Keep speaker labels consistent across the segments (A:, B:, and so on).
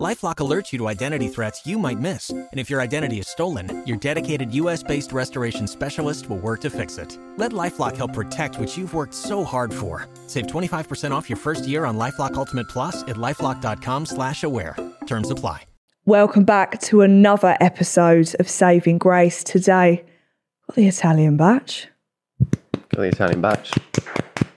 A: LifeLock alerts you to identity threats you might miss, and if your identity is stolen, your dedicated U.S.-based restoration specialist will work to fix it. Let LifeLock help protect what you've worked so hard for. Save 25% off your first year on LifeLock Ultimate Plus at lifeLock.com/slash-aware. Terms apply.
B: Welcome back to another episode of Saving Grace. Today, got the Italian batch,
C: Got the Italian batch.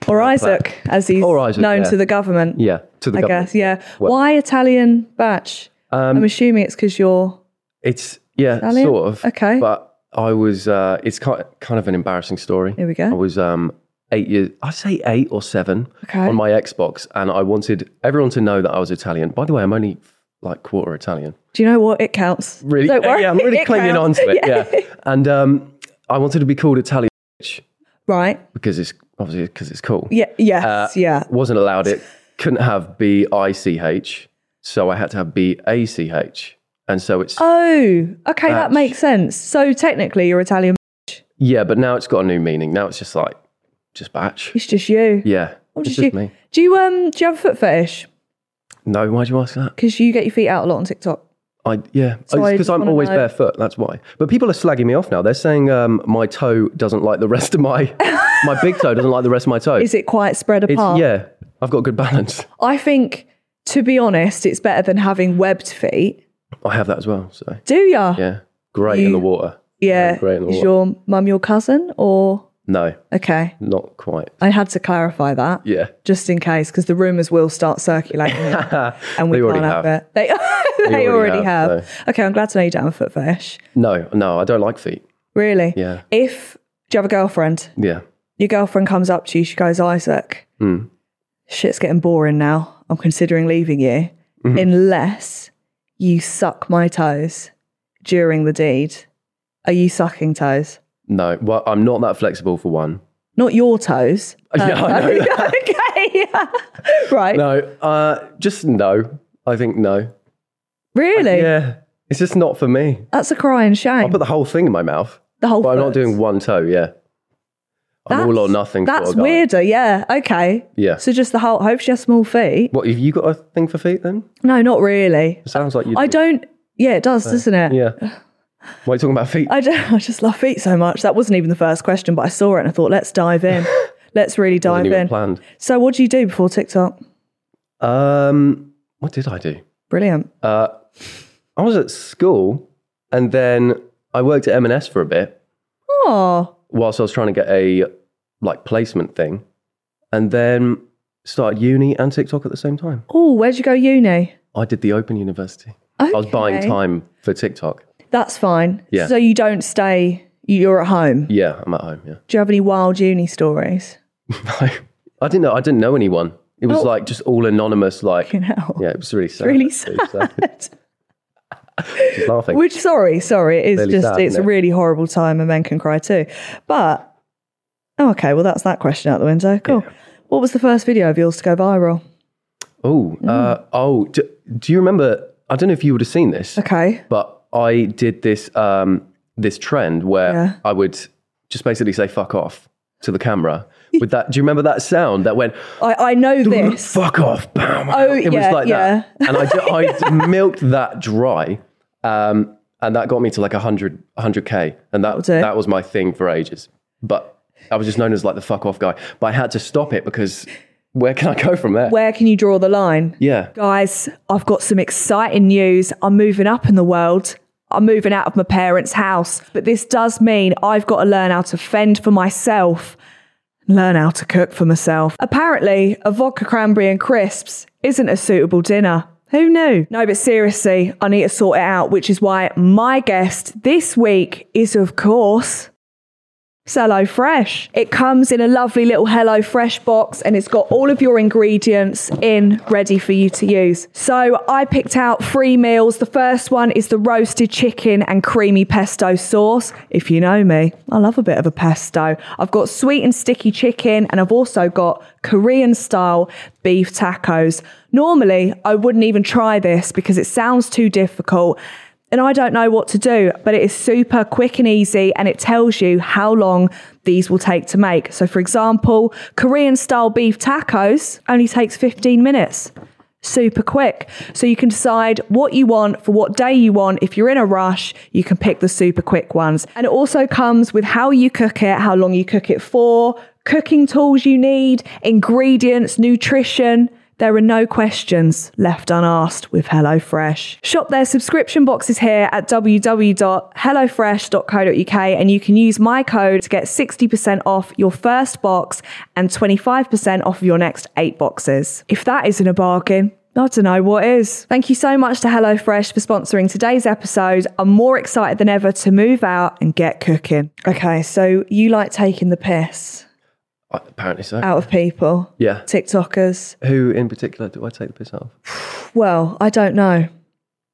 B: or
C: Like that.
B: Isaac, as he's
C: Or Isaac,
B: known
C: yeah.
B: to the government.
C: Yeah, to the
B: I
C: government.
B: guess. Yeah.
C: Well-
B: Why Italian batch?
C: Um,
B: I'm assuming it's because you're.
C: It's yeah,
B: Italian?
C: sort of.
B: Okay.
C: But I was. Uh, it's kind kind of an embarrassing story.
B: Here we go.
C: I was um eight years. I say eight or seven
B: Okay.
C: on my Xbox, and I wanted everyone to know that I was Italian. By the way, I'm only like quarter Italian.
B: Do you know what? It counts.
C: Really?
B: Don't worry.
C: Yeah, I'm really
B: It
C: clinging on
B: counts.
C: to it. Yeah. And um, I wanted to be called Italian bitch
B: Right.
C: because it's obviously because it's cool.
B: Yeah. Yes.
C: Uh,
B: yeah.
C: Wasn't allowed it. Couldn't have B I C H, so I had to have B A C H, and so it's
B: Oh. Okay. That
C: batch.
B: makes sense. So technically, you're Italian.
C: Yeah, but now it's got a new meaning. Now it's just like just batch.
B: It's just you.
C: Yeah,
B: Oh,
C: it's
B: just
C: just
B: you.
C: me.
B: Do you um? Do you have a foot fetish?
C: No, why do you ask that?
B: Because you get your feet out a lot on TikTok.
C: I yeah,
B: So I
C: because
B: just
C: I'm
B: wanna
C: always
B: know-
C: barefoot. That's why. But people are slagging me off now. They're saying um, my toe doesn't like the rest of my my big toe doesn't like the rest of my toe.
B: Is it quite spread
C: Uh, it's
B: apart?
C: yeah, I've got good balance.
B: I think, to be honest, it's better than having webbed feet.
C: I have that as well. So
B: Do ya?
C: yeah, great in
B: You-
C: the water.
B: Yeah.
C: Great in the
B: Is
C: water.
B: your mum your cousin or?
C: No,
B: Okay.
C: not quite.
B: I had to clarify that.
C: Yeah,
B: Just in case, because the rumours will start circulating and we
C: They already
B: can't have,
C: have.
B: it. They, they,
C: already
B: already have.
C: have,
B: Okay, I'm glad to know you don't have a foot fetish.
C: no, no, I don't like feet.
B: Really?
C: Yeah.
B: If, do you have a girlfriend?
C: Yeah,
B: Your girlfriend comes up to you, she goes, Isaac,
C: Mm.
B: shit's getting boring now. I'm considering leaving you
C: Mm-hmm.
B: unless you suck my toes during the deed. Are you sucking toes?
C: no. Well, I'm not that flexible for one.
B: Not your toes.
C: Yeah, I know
B: okay. right.
C: No, uh, just no. I think no.
B: Really?
C: Yeah, it's just not for me.
B: That's a cry and
C: I
B: shame.
C: put the whole thing in my mouth,
B: the whole
C: but I'm
B: foot.
C: not doing one toe. Yeah, I'm all
B: That's-
C: or nothing. sort
B: That's
C: of guy.
B: weirder, yeah. Okay.
C: Yeah.
B: So just the whole hope she has small feet.
C: What have you got a thing for feet then?
B: No, not really.
C: It sounds like you. Uh,
B: I don't yeah, it does, doesn't it?
C: Yeah. Why are you talking about feet?
B: I don't I just love feet so much. That wasn't even the first question, but I saw it and I thought, let's dive in. let's really
C: Wasn't
B: dive
C: even
B: in.
C: planned.
B: So what do you do before TikTok?
C: Um, what did I do?
B: Brilliant.
C: Uh, I was at school, and then I worked at M&S for a bit
B: Oh.
C: whilst I was trying to get a like placement thing, and then started uni and TikTok at the same time.
B: Oh, where'd you go uni?
C: I did the Open University. I was
B: Okay.
C: buying time for TikTok.
B: That's fine.
C: Yeah.
B: So you don't stay, you're at home.
C: Yeah, I'm at home. Yeah,
B: Do you have any wild uni stories?
C: I, didn't know. I didn't know anyone. It was
B: Oh.
C: like just all anonymous. Like,
B: Fucking hell.
C: yeah, it was really sad.
B: Really
C: actually, so, just laughing.
B: Which, sorry, sorry, it's
C: Really
B: just,
C: sad,
B: it's a
C: isn't it?
B: really horrible time and men can cry too. But, oh, okay, well, that's that question out the window. Cool. What was the first video of yours to go viral?
C: oh,
B: Mm.
C: uh, oh. Do, do you remember? I don't know if you would have seen this,
B: Okay.
C: but I did this um, this trend where
B: Yeah.
C: I would just basically say "fuck off" to the camera. With that, do you remember that sound that went?
B: I, I know this.
C: Fuck off, bam.
B: Oh,
C: it
B: yeah,
C: was like that. And I, ju- I milked that dry. Um, and that got me to like 100, 100K. And that,
B: do it.
C: that was my thing for ages. But I was just known as like the fuck off guy. But I had to stop it because where can I go from there?
B: Where can you draw the line?
C: yeah.
B: Guys, I've got some exciting news. I'm moving up in the world. I'm moving out of my parents' house. But this does mean I've got to learn how to fend for myself, learn how to cook for myself. Apparently, a vodka cranberry and crisps isn't a suitable dinner. Who knew? No, but seriously, I need to sort it out, which is why my guest this week is, of course, It's HelloFresh. It comes in a lovely little HelloFresh box and it's got all of your ingredients in ready for you to use. So I picked out three meals. The first one is the roasted chicken and creamy pesto sauce. If you know me, I love a bit of a pesto. I've got sweet and sticky chicken and I've also got Korean style beef tacos. Normally, I wouldn't even try this because it sounds too difficult and I don't know what to do, but it is super quick and easy and it tells you how long these will take to make. So, for example, Korean style beef tacos only takes 15 minutes. Super quick. So, you can decide what you want for what day you want. If you're in a rush, you can pick the super quick ones. And it also comes with how you cook it, how long you cook it for, cooking tools you need, ingredients, nutrition. There are no questions left unasked with HelloFresh. Shop their subscription boxes here at www.hellofresh.co.uk and you can use my code to get 60% off your first box and 25% off your next eight boxes. If that isn't a bargain, I don't know what is. Thank you so much to HelloFresh for sponsoring today's episode. I'm more excited than ever to move out and get cooking. Okay, so you like taking the piss
C: Uh, Apparently so.
B: out of people,
C: Yeah.
B: TikTokers.
C: Who in particular do I take the piss out of?
B: Well, I don't know.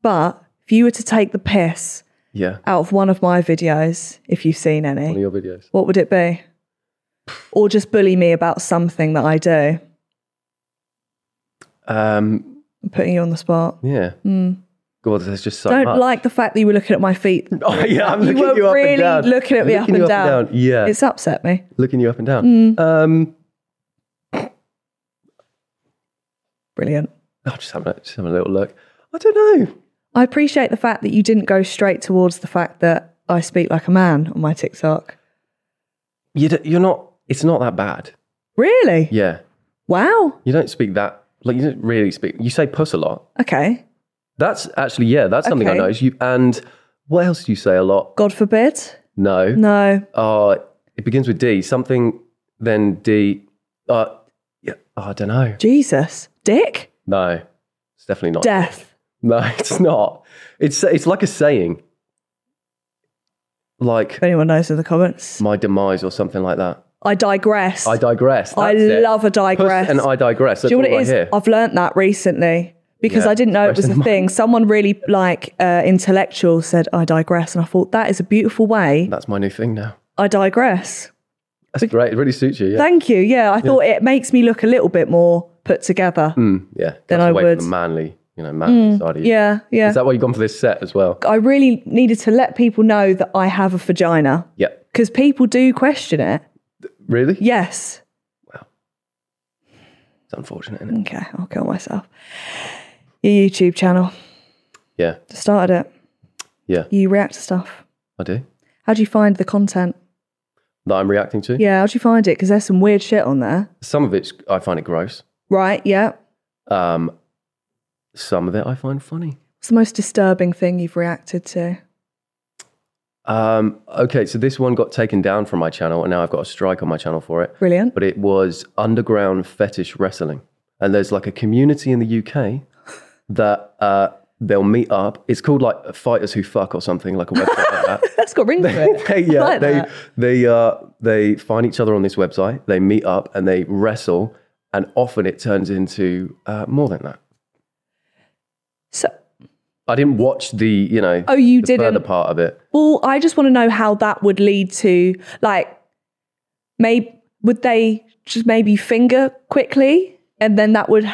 B: But if you were to take the piss
C: Yeah.
B: out of one of my videos, if you've seen
C: One of
B: any,
C: your videos.
B: what would it be? Or just bully me about something that I do.
C: Um,
B: I'm putting you on the spot.
C: yeah. God, there's just so
B: Mm. don't
C: much.
B: like the fact that you were looking at my feet.
C: Oh, yeah, I'm
B: You
C: looking
B: were
C: you up
B: really
C: and down.
B: looking at me up
C: Looking you
B: and down.
C: Yeah,
B: It's Mm. upset me.
C: looking you up and down. Um,
B: Brilliant.
C: I'll just have, a, just have a little look. I don't know.
B: I appreciate the fact that you didn't go straight towards the fact that I speak like a man on my TikTok.
C: You d- you're not. It's not that bad.
B: Really?
C: Yeah,
B: Wow.
C: you don't speak that. Like you don't really speak. You say puss a lot.
B: Okay.
C: That's actually yeah. That's something I
B: Okay.
C: noticed. You and what else do you say a lot?
B: God forbid.
C: No.
B: No.
C: Uh, it begins with D. Something then D. Uh, yeah. Oh, I don't know.
B: Jesus. Dick?
C: No, it's definitely not.
B: Death.
C: No, it's not. It's it's like a saying. Like
B: If anyone knows in the comments,
C: my demise or something like that.
B: I digress.
C: I digress.
B: I
C: That's it.
B: love a
C: Puss
B: digress.
C: and I digress. That's
B: Do you know
C: all
B: what it
C: I
B: is?
C: hear.
B: I've learnt that recently because
C: Yeah,
B: I didn't know it
C: fresh
B: was
C: in
B: a
C: the
B: thing. Someone really like uh, intellectual said, I digress. And I thought, that is a beautiful way.
C: That's my new thing now.
B: I digress.
C: That's great. It really suits you. Yeah.
B: Thank you. Yeah, I thought it makes me look a little bit more put together.
C: Mm, yeah.
B: Then
C: Cuts
B: I
C: away
B: would-
C: From the manly, you know, manly side of you.
B: Yeah, yeah.
C: Is that why you've gone for this set as well?
B: I really needed to let people know that I have a vagina
C: Yeah.
B: because people do question it.
C: Really?
B: Yes.
C: It's unfortunate, isn't it?
B: Okay, I'll kill myself. Your YouTube channel.
C: Yeah.
B: started it.
C: Yeah.
B: You react to stuff.
C: I do.
B: How do you find the content?
C: That I'm reacting to.
B: Yeah, how do you find it? Because there's some weird shit on there.
C: Some of it I find it gross.
B: Right, yeah.
C: Um, some of it I find funny.
B: What's the most disturbing thing you've reacted to?
C: Um, okay, so this one got taken down from my channel, and now I've got a strike on my channel for it.
B: Brilliant.
C: But it was underground fetish wrestling, and there's like a community in the UK that uh, they'll meet up. It's called like Fighters Who Fuck or something, like a website like that.
B: That's got a ring to it.
C: They, yeah,
B: like
C: they
B: that.
C: they uh, they find each other on this website. They meet up and they wrestle, and often it turns into uh, more than that.
B: So,
C: I didn't watch the you know
B: oh, you
C: the further
B: didn't.
C: part of it.
B: Well, I just want to know how that would lead to, like, maybe would they just maybe finger quickly, and then that would,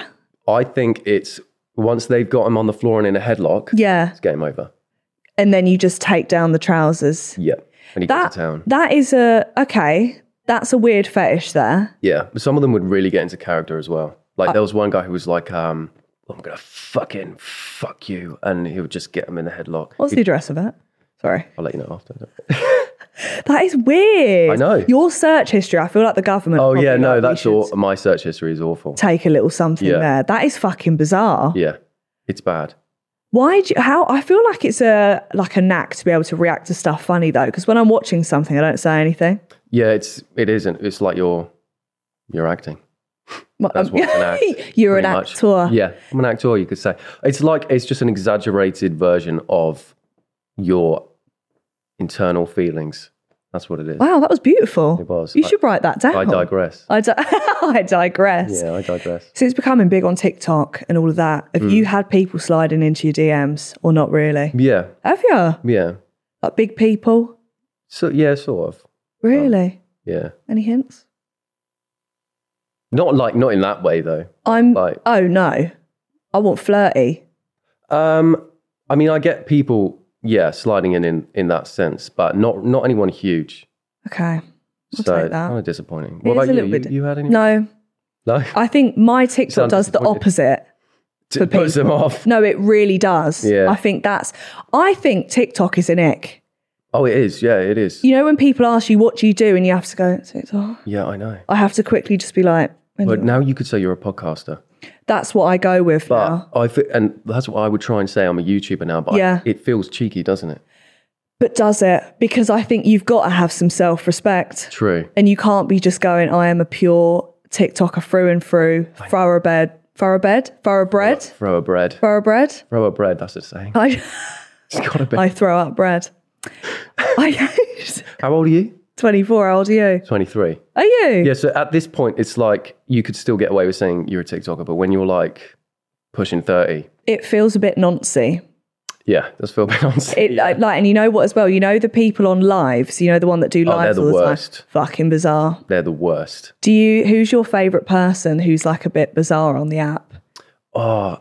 C: I think it's once they've got him on the floor and in a headlock,
B: yeah,
C: it's game over.
B: and then you just take down the trousers.
C: Yeah. And he
B: That
C: goes to town.
B: that is a okay. That's a weird fetish there.
C: Yeah. But some of them would really get into character as well. Like there was one guy who was like, um, I'm gonna fucking fuck you and he would just get him in the headlock.
B: What's the address of it? Sorry.
C: I'll let you know after.
B: That is weird.
C: I know.
B: Your search history, I feel like the government.
C: Oh yeah,
B: probably
C: no,
B: like, we
C: that's
B: should
C: all my search history is awful.
B: Take a little something
C: Yeah.
B: there. That is fucking bizarre.
C: Yeah. It's bad.
B: Why do you, how I feel like it's a like a knack to be able to react to stuff funny though, because when I'm watching something I don't say anything.
C: Yeah, it's it isn't. It's like you're you're acting.
B: Well,
C: That's
B: um,
C: what's an act,
B: You're an
C: pretty much.
B: actor.
C: Yeah, I'm an actor. You could say it's like it's just an exaggerated version of your internal feelings. That's what it is.
B: Wow, that was beautiful.
C: It was.
B: You
C: I-
B: should write that down.
C: I digress.
B: I, di- I digress.
C: Yeah, I digress.
B: So it's becoming big on TikTok and all of that. Have
C: Hmm.
B: you had people sliding into your DMs or not really?
C: Yeah,
B: Have you?
C: yeah.
B: Like big people?
C: So yeah, sort of.
B: Really?
C: Yeah,
B: Any hints?
C: not like not in that way though.
B: I'm.
C: Like-
B: oh no, I want flirty.
C: Um, I mean, I get people, yeah, sliding in in, in that sense, but not not anyone huge.
B: Okay. I'll
C: so
B: take that.
C: kind of disappointing.
B: It
C: What
B: is
C: about
B: a
C: you?
B: little
C: you?
B: bit-
C: You had any?
B: No,
C: no?
B: I think my TikTok
C: Sound
B: does the
C: disappointed.
B: opposite.
C: It puts them off.
B: No, it really does.
C: Yeah.
B: I think that's. I think TikTok is an ick.
C: Oh, it is. Yeah, it is.
B: You know when people ask you what do you do and you have to go TikTok.
C: yeah, I know.
B: I have to quickly just be like,
C: But now you could say you're a podcaster.
B: that's what I go with
C: But
B: now.
C: I fe- and that's what I would try and say. I'm a YouTuber now, but I-
B: Yeah.
C: it feels cheeky, doesn't it?
B: But does it? Because I think you've got to have some self respect.
C: True.
B: And you can't be just going, I am a pure TikToker through and through, thoroughbred, thoroughbred, thoroughbred,
C: Throw a bread.
B: thoroughbred.
C: Throw a bread. That's a saying.
B: I,
C: It's got to be.
B: I throw up bread. I,
C: How old are you?
B: 24, how old are you?
C: 23.
B: Are you?
C: Yeah. So at this point, it's like you could still get away with saying you're a TikToker, but when you're like pushing 30,
B: It feels a bit noncy.
C: yeah, that's Phil Bounce.
B: It like, like, and you know what as well? You know the people on lives. You know the one that do
C: Oh, they're
B: lives
C: the
B: all the
C: worst.
B: time. Fucking bizarre.
C: They're the worst.
B: Do you? Who's your favourite person who's like a bit bizarre on the app?
C: Oh,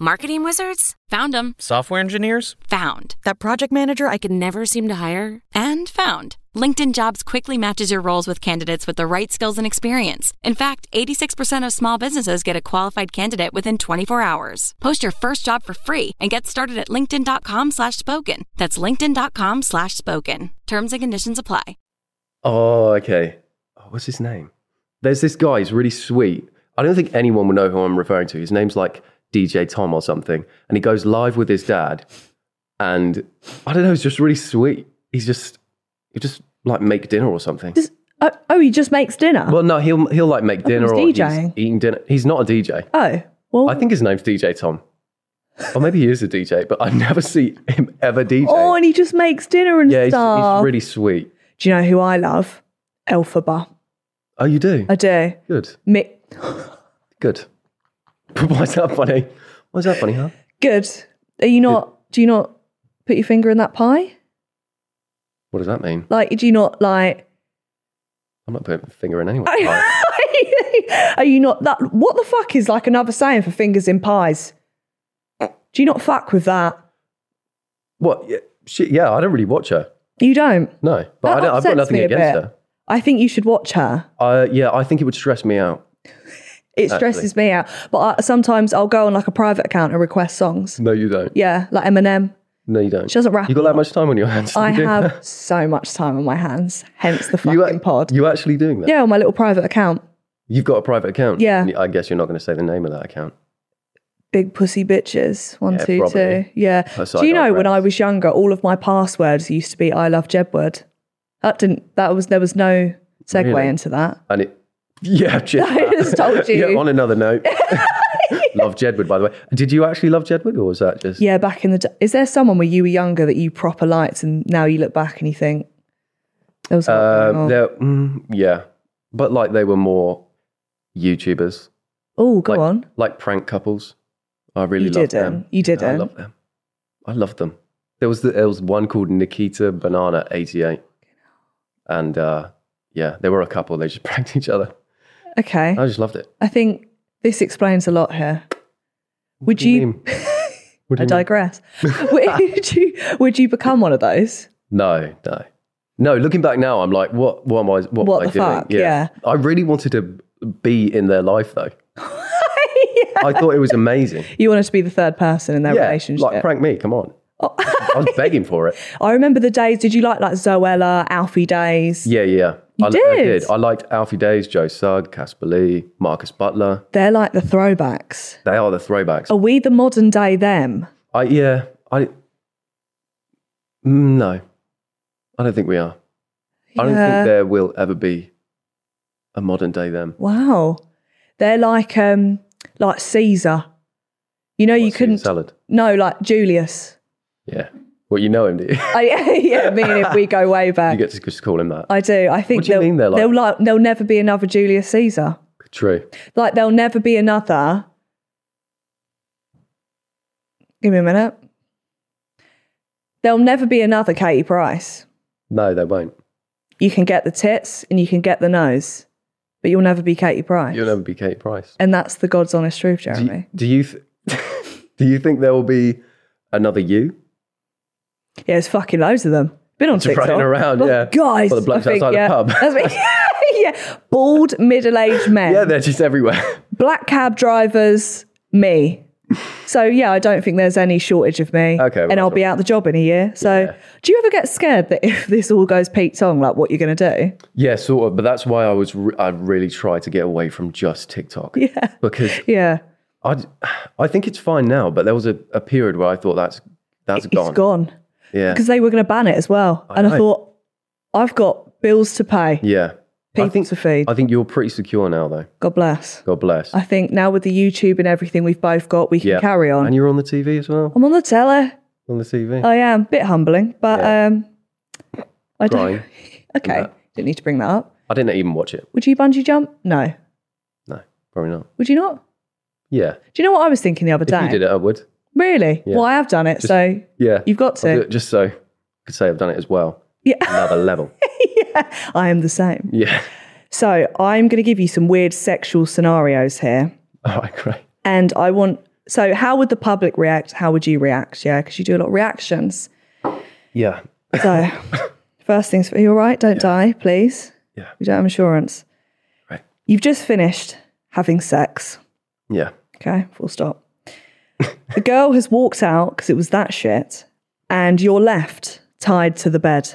D: Marketing wizards? Found them.
E: Software engineers?
D: Found.
F: That project manager I could never seem to hire?
D: And found. LinkedIn Jobs quickly matches your roles with candidates with the right skills and experience. In fact, 86% of small businesses get a qualified candidate within 24 hours. Post your first job for free and get started at linkedin.com slash spoken. That's linkedin.com slash spoken. Terms and conditions apply.
C: oh, okay. Oh, what's his name? There's this guy. He's really sweet. I don't think anyone will know who I'm referring to. His name's like DJ Tom or something, and he goes live with his dad, and I don't know. He's just really sweet. He's just he just like make dinner or something.
B: Just, oh, oh, he just makes dinner.
C: Well, no, he'll he'll like make
B: he was
C: dinner or he's
B: DJing.
C: eating dinner. He's not a DJ.
B: oh, well.
C: I think his name's DJ Tom. Or maybe he is a DJ, but I never see him ever DJ.
B: oh, and he just makes dinner and
C: yeah, he's,
B: stuff.
C: he's really sweet.
B: do you know who I love? Elphaba.
C: Oh, you do?
B: I do.
C: Good,
B: Mi-
C: good. Why is that funny? Why is that funny, huh?
B: Good. Are you not? Do you not put your finger in that pie?
C: What does that mean?
B: Like, do you not like?
C: I'm not putting a finger in anyone.
B: Are you not that? What the fuck is like another saying for fingers in pies? Do you not fuck with that?
C: what? Yeah, she, yeah, I don't really watch her.
B: You don't.
C: No, but
B: That
C: I don't, I've got
B: upsets
C: nothing
B: me a
C: against
B: bit.
C: her.
B: I think you should watch her.
C: Uh, yeah, I think it would stress me out.
B: It stresses me out. But I, sometimes I'll go on like a private account and request songs.
C: No, you don't.
B: Yeah, like Eminem.
C: No, you don't.
B: She doesn't rap
C: You
B: a
C: got that
B: lot.
C: much time on your hands?
B: I
C: You do
B: have
C: that?
B: so much time on my hands, hence the fucking
C: You, a-
B: pod.
C: you actually doing that?
B: yeah, on my little private account.
C: You've got a private account.
B: Yeah.
C: I guess you're not going to say the name of that account.
B: Big pussy bitches. One,
C: Yeah,
B: two, two.
C: probably.
B: Yeah.
C: That's how
B: Do you
C: I
B: know when
C: digress.
B: I was younger, all of my passwords used to be I love Jedward. That didn't that was there was no segue
C: Really?
B: into that.
C: And it, yeah, Jed.
B: I just told you.
C: yeah, on another note, love Jedward, by the way. Did you actually love Jedward, or was that just?
B: Yeah, back in the day. Is there someone where you were younger that you proper liked and now you look back and you think there was a lot going
C: Uh,
B: on?
C: they're- mm, yeah, but like they were more YouTubers.
B: Oh, go
C: like,
B: on.
C: Like prank couples. I really
B: You
C: loved
B: didn't.
C: them.
B: You
C: Yeah, I
B: didn't.
C: love them. I loved them. There was the, there was one called Nikita Banana eighty eight, and uh, yeah, they were a couple. They just pranked each other.
B: Okay.
C: I just loved it.
B: I think this explains a lot here. Would
C: What do you
B: you?
C: mean? What do
B: I
C: you mean?
B: digress. would you? Would you become one of those?
C: No, no, no. Looking back now, I'm like, what? What am I? What,
B: What
C: am I
B: the
C: doing?
B: fuck? Yeah.
C: I really wanted to be in their life though. I thought it was amazing.
B: You wanted to be the third person in their
C: yeah,
B: relationship. Oh.
C: like prank me. Come on. I was begging for it.
B: I remember the days. Did you like like Zoella, Alfie days?
C: Yeah, yeah. I, I
B: did?
C: did. I liked Alfie Days, Joe Sugg, Casper Lee, Marcus Butler.
B: They're like the throwbacks.
C: They are the throwbacks.
B: Are we the modern day them?
C: I yeah. I mm, no. I don't think we are. I don't
B: Yeah.
C: think there will ever be a modern day them.
B: Wow. They're like um like Caesar. You know, you
C: What's in
B: couldn't.
C: salad.
B: No, like Julius.
C: Yeah. Well, you know him, do you?
B: I, yeah, me and him, we go way
C: you
B: back.
C: get to just call him that.
B: I do. I think
C: What do you
B: they'll-
C: mean they're like-
B: they'll like there'll never be another Julius Caesar.
C: True.
B: Like there'll never be another. Give me a minute. There'll never be another Katie Price.
C: No, they won't.
B: You can get the tits and you can get the nose, but you'll never be Katie Price.
C: You'll never be Kate Price.
B: and that's the God's honest truth,
C: Do
B: Jeremy.
C: you, do you th- do you think there will be another you?
B: yeah, there's fucking loads of them. Been on
C: Just
B: TikTok.
C: running around,
B: Oh,
C: yeah.
B: Guys,
C: Well, the blokes
B: I think,
C: outside the
B: yeah.
C: pub.
B: That's me. yeah, bald middle-aged men.
C: Yeah, they're just everywhere.
B: black cab drivers, me. So yeah, I don't think there's any shortage of me.
C: Okay, well,
B: and I'll
C: that's
B: be out the job in a year. So do you ever get scared that if this all goes Pete Tong, like what you're going to do?
C: yeah, sort of. But that's why I was re- I really try to get away from just TikTok. Yeah. Because
B: Yeah,
C: I I think it's fine now, but there was a, a period where I thought that's that's
B: it's
C: gone.
B: gone
C: Yeah.
B: because they were going to ban it as well.
C: I
B: and I
C: know.
B: thought I've got bills to pay,
C: Yeah. I
B: people
C: think
B: to feed.
C: I think you're pretty secure now though.
B: God bless.
C: God bless.
B: I think now with the YouTube and everything we've both got, we can
C: Yeah.
B: carry on.
C: And you're on the TV as well?
B: I'm on the telly.
C: On the TV.
B: I am bit humbling, but
C: Yeah.
B: um, I
C: Crying.
B: don't. okay, didn't need to bring that up.
C: I didn't even watch it.
B: Would you bungee jump? No.
C: No, probably not.
B: Would you not?
C: Yeah.
B: Do you know what I was thinking the other
C: If
B: day?
C: you did it, I would.
B: Really?
C: Yeah.
B: Well, I have done it, so
C: Yeah.
B: you've got
C: I'll do
B: to.
C: it just so I could say I've done it as well.
B: Yeah,
C: Another level.
B: I am the same.
C: Yeah.
B: So I'm going to give you some weird sexual scenarios here,
C: All right, great.
B: and I want. So, how would the public react? How would you react? Yeah, because you do a lot of reactions.
C: Yeah.
B: So, first things, are you all right? Don't die, please.
C: Yeah.
B: We don't have insurance.
C: Right.
B: You've just finished having sex.
C: Yeah.
B: Okay, full stop. the girl has walked out because it was that shit, and you're left tied to the bed.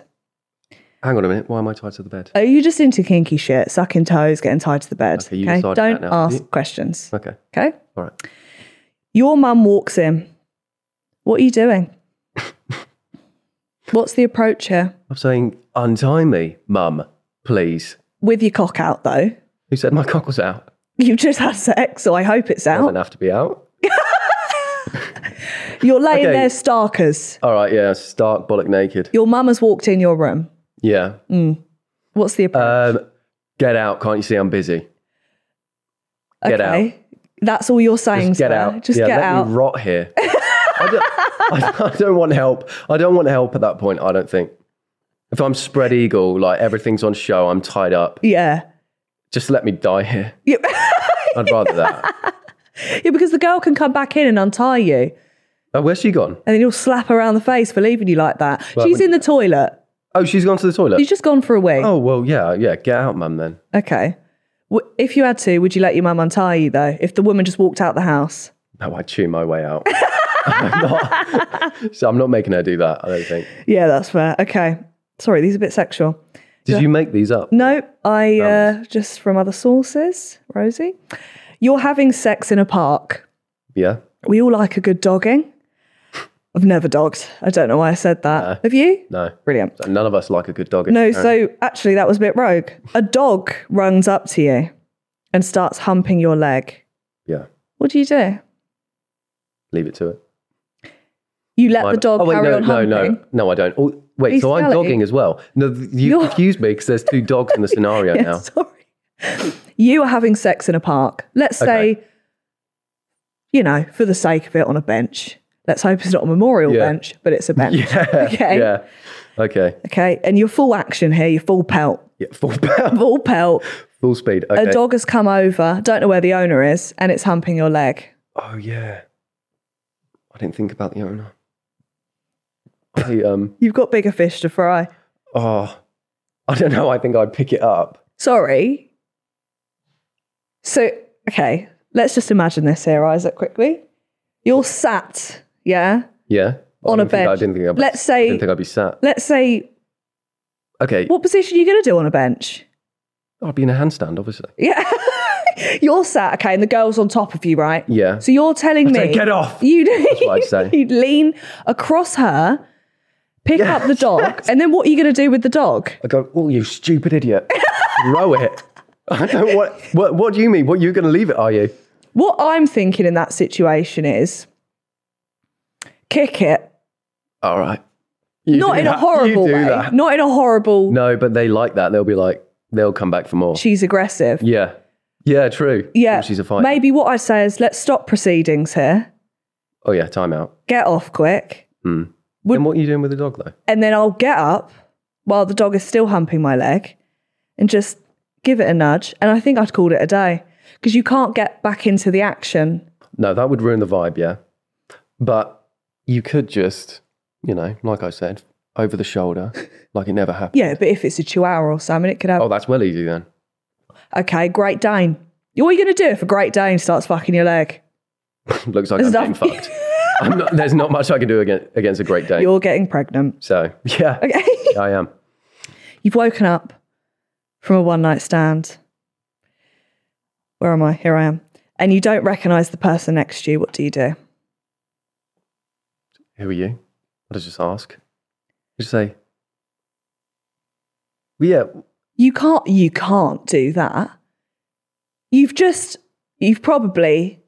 C: Hang on a minute. Why am I tied to the bed?
B: Are you just into kinky shit, sucking toes, getting tied to the bed?
C: Okay, you decide
B: don't
C: that now.
B: ask
C: You-
B: questions.
C: Okay.
B: Okay,
C: All right.
B: your mum walks in. What are you doing? What's the approach here?
C: I'm saying, untie me, mum, please.
B: With your cock out though,
C: Who said my cock was out?
B: you've just had sex, so I hope it's out.
C: Doesn't have to be out.
B: You're laying
C: Okay.
B: there starkers.
C: All right. Yeah. Stark bollock naked.
B: Your mum has walked in your room.
C: Yeah.
B: What's the approach?
C: Um, get out. Can't you see I'm busy? get
B: That's all you're saying.
C: Just get
B: sir.
C: out.
B: Just
C: yeah,
B: get
C: let
B: out.
C: me rot here. I don't, I, I don't want help. I don't want help at that point. I don't think. If I'm spread eagle, like everything's on show, I'm tied up.
B: Yeah.
C: Just let me die here.
B: Yeah.
C: I'd rather that.
B: yeah, because the girl can come back in and untie you.
C: Oh, where's she gone?
B: and then you'll slap her around the face for leaving you like that.
C: Well,
B: She's in the toilet.
C: Oh, she's gone to the toilet.
B: She's just gone for a wee.
C: Oh well, yeah, yeah. Get out, mum. Then
B: Okay. W- If you had to, would you let your mum untie you though? If the woman just walked out the house,
C: no, I chew my way out. I'm not- so I'm not making her do that. I don't think.
B: yeah, that's fair. Okay. Sorry, these are a bit sexual.
C: Did you make these up?
B: No, I uh, just from other sources. Rosie, you're having sex in a park.
C: Yeah.
B: We all like a good dogging. I've never dogged. I don't know why I said that. Have you?
C: No.
B: Brilliant.
C: So none of us like a good dog.
B: No, so actually, that was a bit rogue. A dog runs up to you and starts humping your leg.
C: yeah.
B: What do you do?
C: Leave it to it.
B: You let
C: I'm-
B: the dog
C: oh, wait,
B: carry
C: no,
B: on
C: no,
B: humping.
C: no, no, I don't. Oh, wait,
B: He's
C: so I'm
B: selling.
C: dogging as well. No, th- you
B: You're-
C: confused me because there's two dogs in the scenario
B: Yeah,
C: now.
B: sorry. You are having sex in a park. Let's say,
C: Okay.
B: you know, for the sake of it, on a bench. Let's hope it's not a memorial
C: Yeah.
B: bench, but it's a bench.
C: Yeah.
B: Okay.
C: Yeah. Okay.
B: Okay. And you're full action here. You're full pelt.
C: Yeah. Full power,
B: Full pelt.
C: full speed.
B: A
C: Okay.
B: dog has come over. Don't know where the owner is, and it's humping your leg.
C: Oh yeah. I didn't think about the owner. I um.
B: You've got bigger fish to fry.
C: Oh, I don't know. I think I'd pick it up.
B: Sorry. So, okay, let's just imagine this here, Isaac, quickly. You're sat, yeah?
C: Yeah. I
B: On a
C: didn't think- I
B: bench.
C: didn't think. I'd be,
B: Let's
C: I
B: say-
C: didn't think I'd be sat.
B: Let's say,
C: Okay.
B: what position are you going to do on a bench?
C: I'd be in a handstand, obviously.
B: Yeah. you're sat, okay, and the girl's on top of you, right?
C: Yeah.
B: So you're telling
C: I'd
B: me.
C: say, "Get off!"
B: You'd,
C: what I'd say.
B: you'd lean across her, pick up the dog, and then what are you going to do with the dog?
C: I go, oh, you stupid idiot. Throw it. I don't what, what. What do you mean? What, you're going to leave it, are you?
B: What I'm thinking in that situation is kick it.
C: All right. You
B: not
C: do
B: in
C: that.
B: a
C: You
B: horrible
C: do
B: way.
C: that.
B: Not in a horrible
C: No, but they like that. They'll be like, they'll come back for more.
B: she's aggressive.
C: yeah. Yeah, true.
B: Yeah.
C: Oh, she's a fighter.
B: Maybe what I'd say is let's stop proceedings here.
C: Oh, yeah, timeout.
B: Get off quick.
C: Hmm.
B: Would-
C: Then what are you doing with the dog, though?
B: And then I'll get up while the dog is still humping my leg and just give it a nudge. And I think I'd called it a day because you can't get back into the action.
C: No, that would ruin the vibe, yeah. But you could just, you know, like I said, over the shoulder, like it never happened.
B: Yeah, but if it's a chihuahua or something, it could have.
C: Oh, that's well easy then.
B: Okay, Great Dane. What are you going to do if a Great Dane starts fucking your leg?
C: Looks like
B: There's
C: I'm
B: nothing-
C: being fucked. I'm not, there's not much I can do against, against a Great Dane.
B: You're getting pregnant.
C: so, yeah,
B: Okay.
C: I am.
B: You've woken up from a one night stand. Where am I? Here I am. And you don't recognize the person next to you. What do you do?
C: Who are you? I'll just ask. Just say, well, yeah,
B: You can't you can't do that. You've just you've probably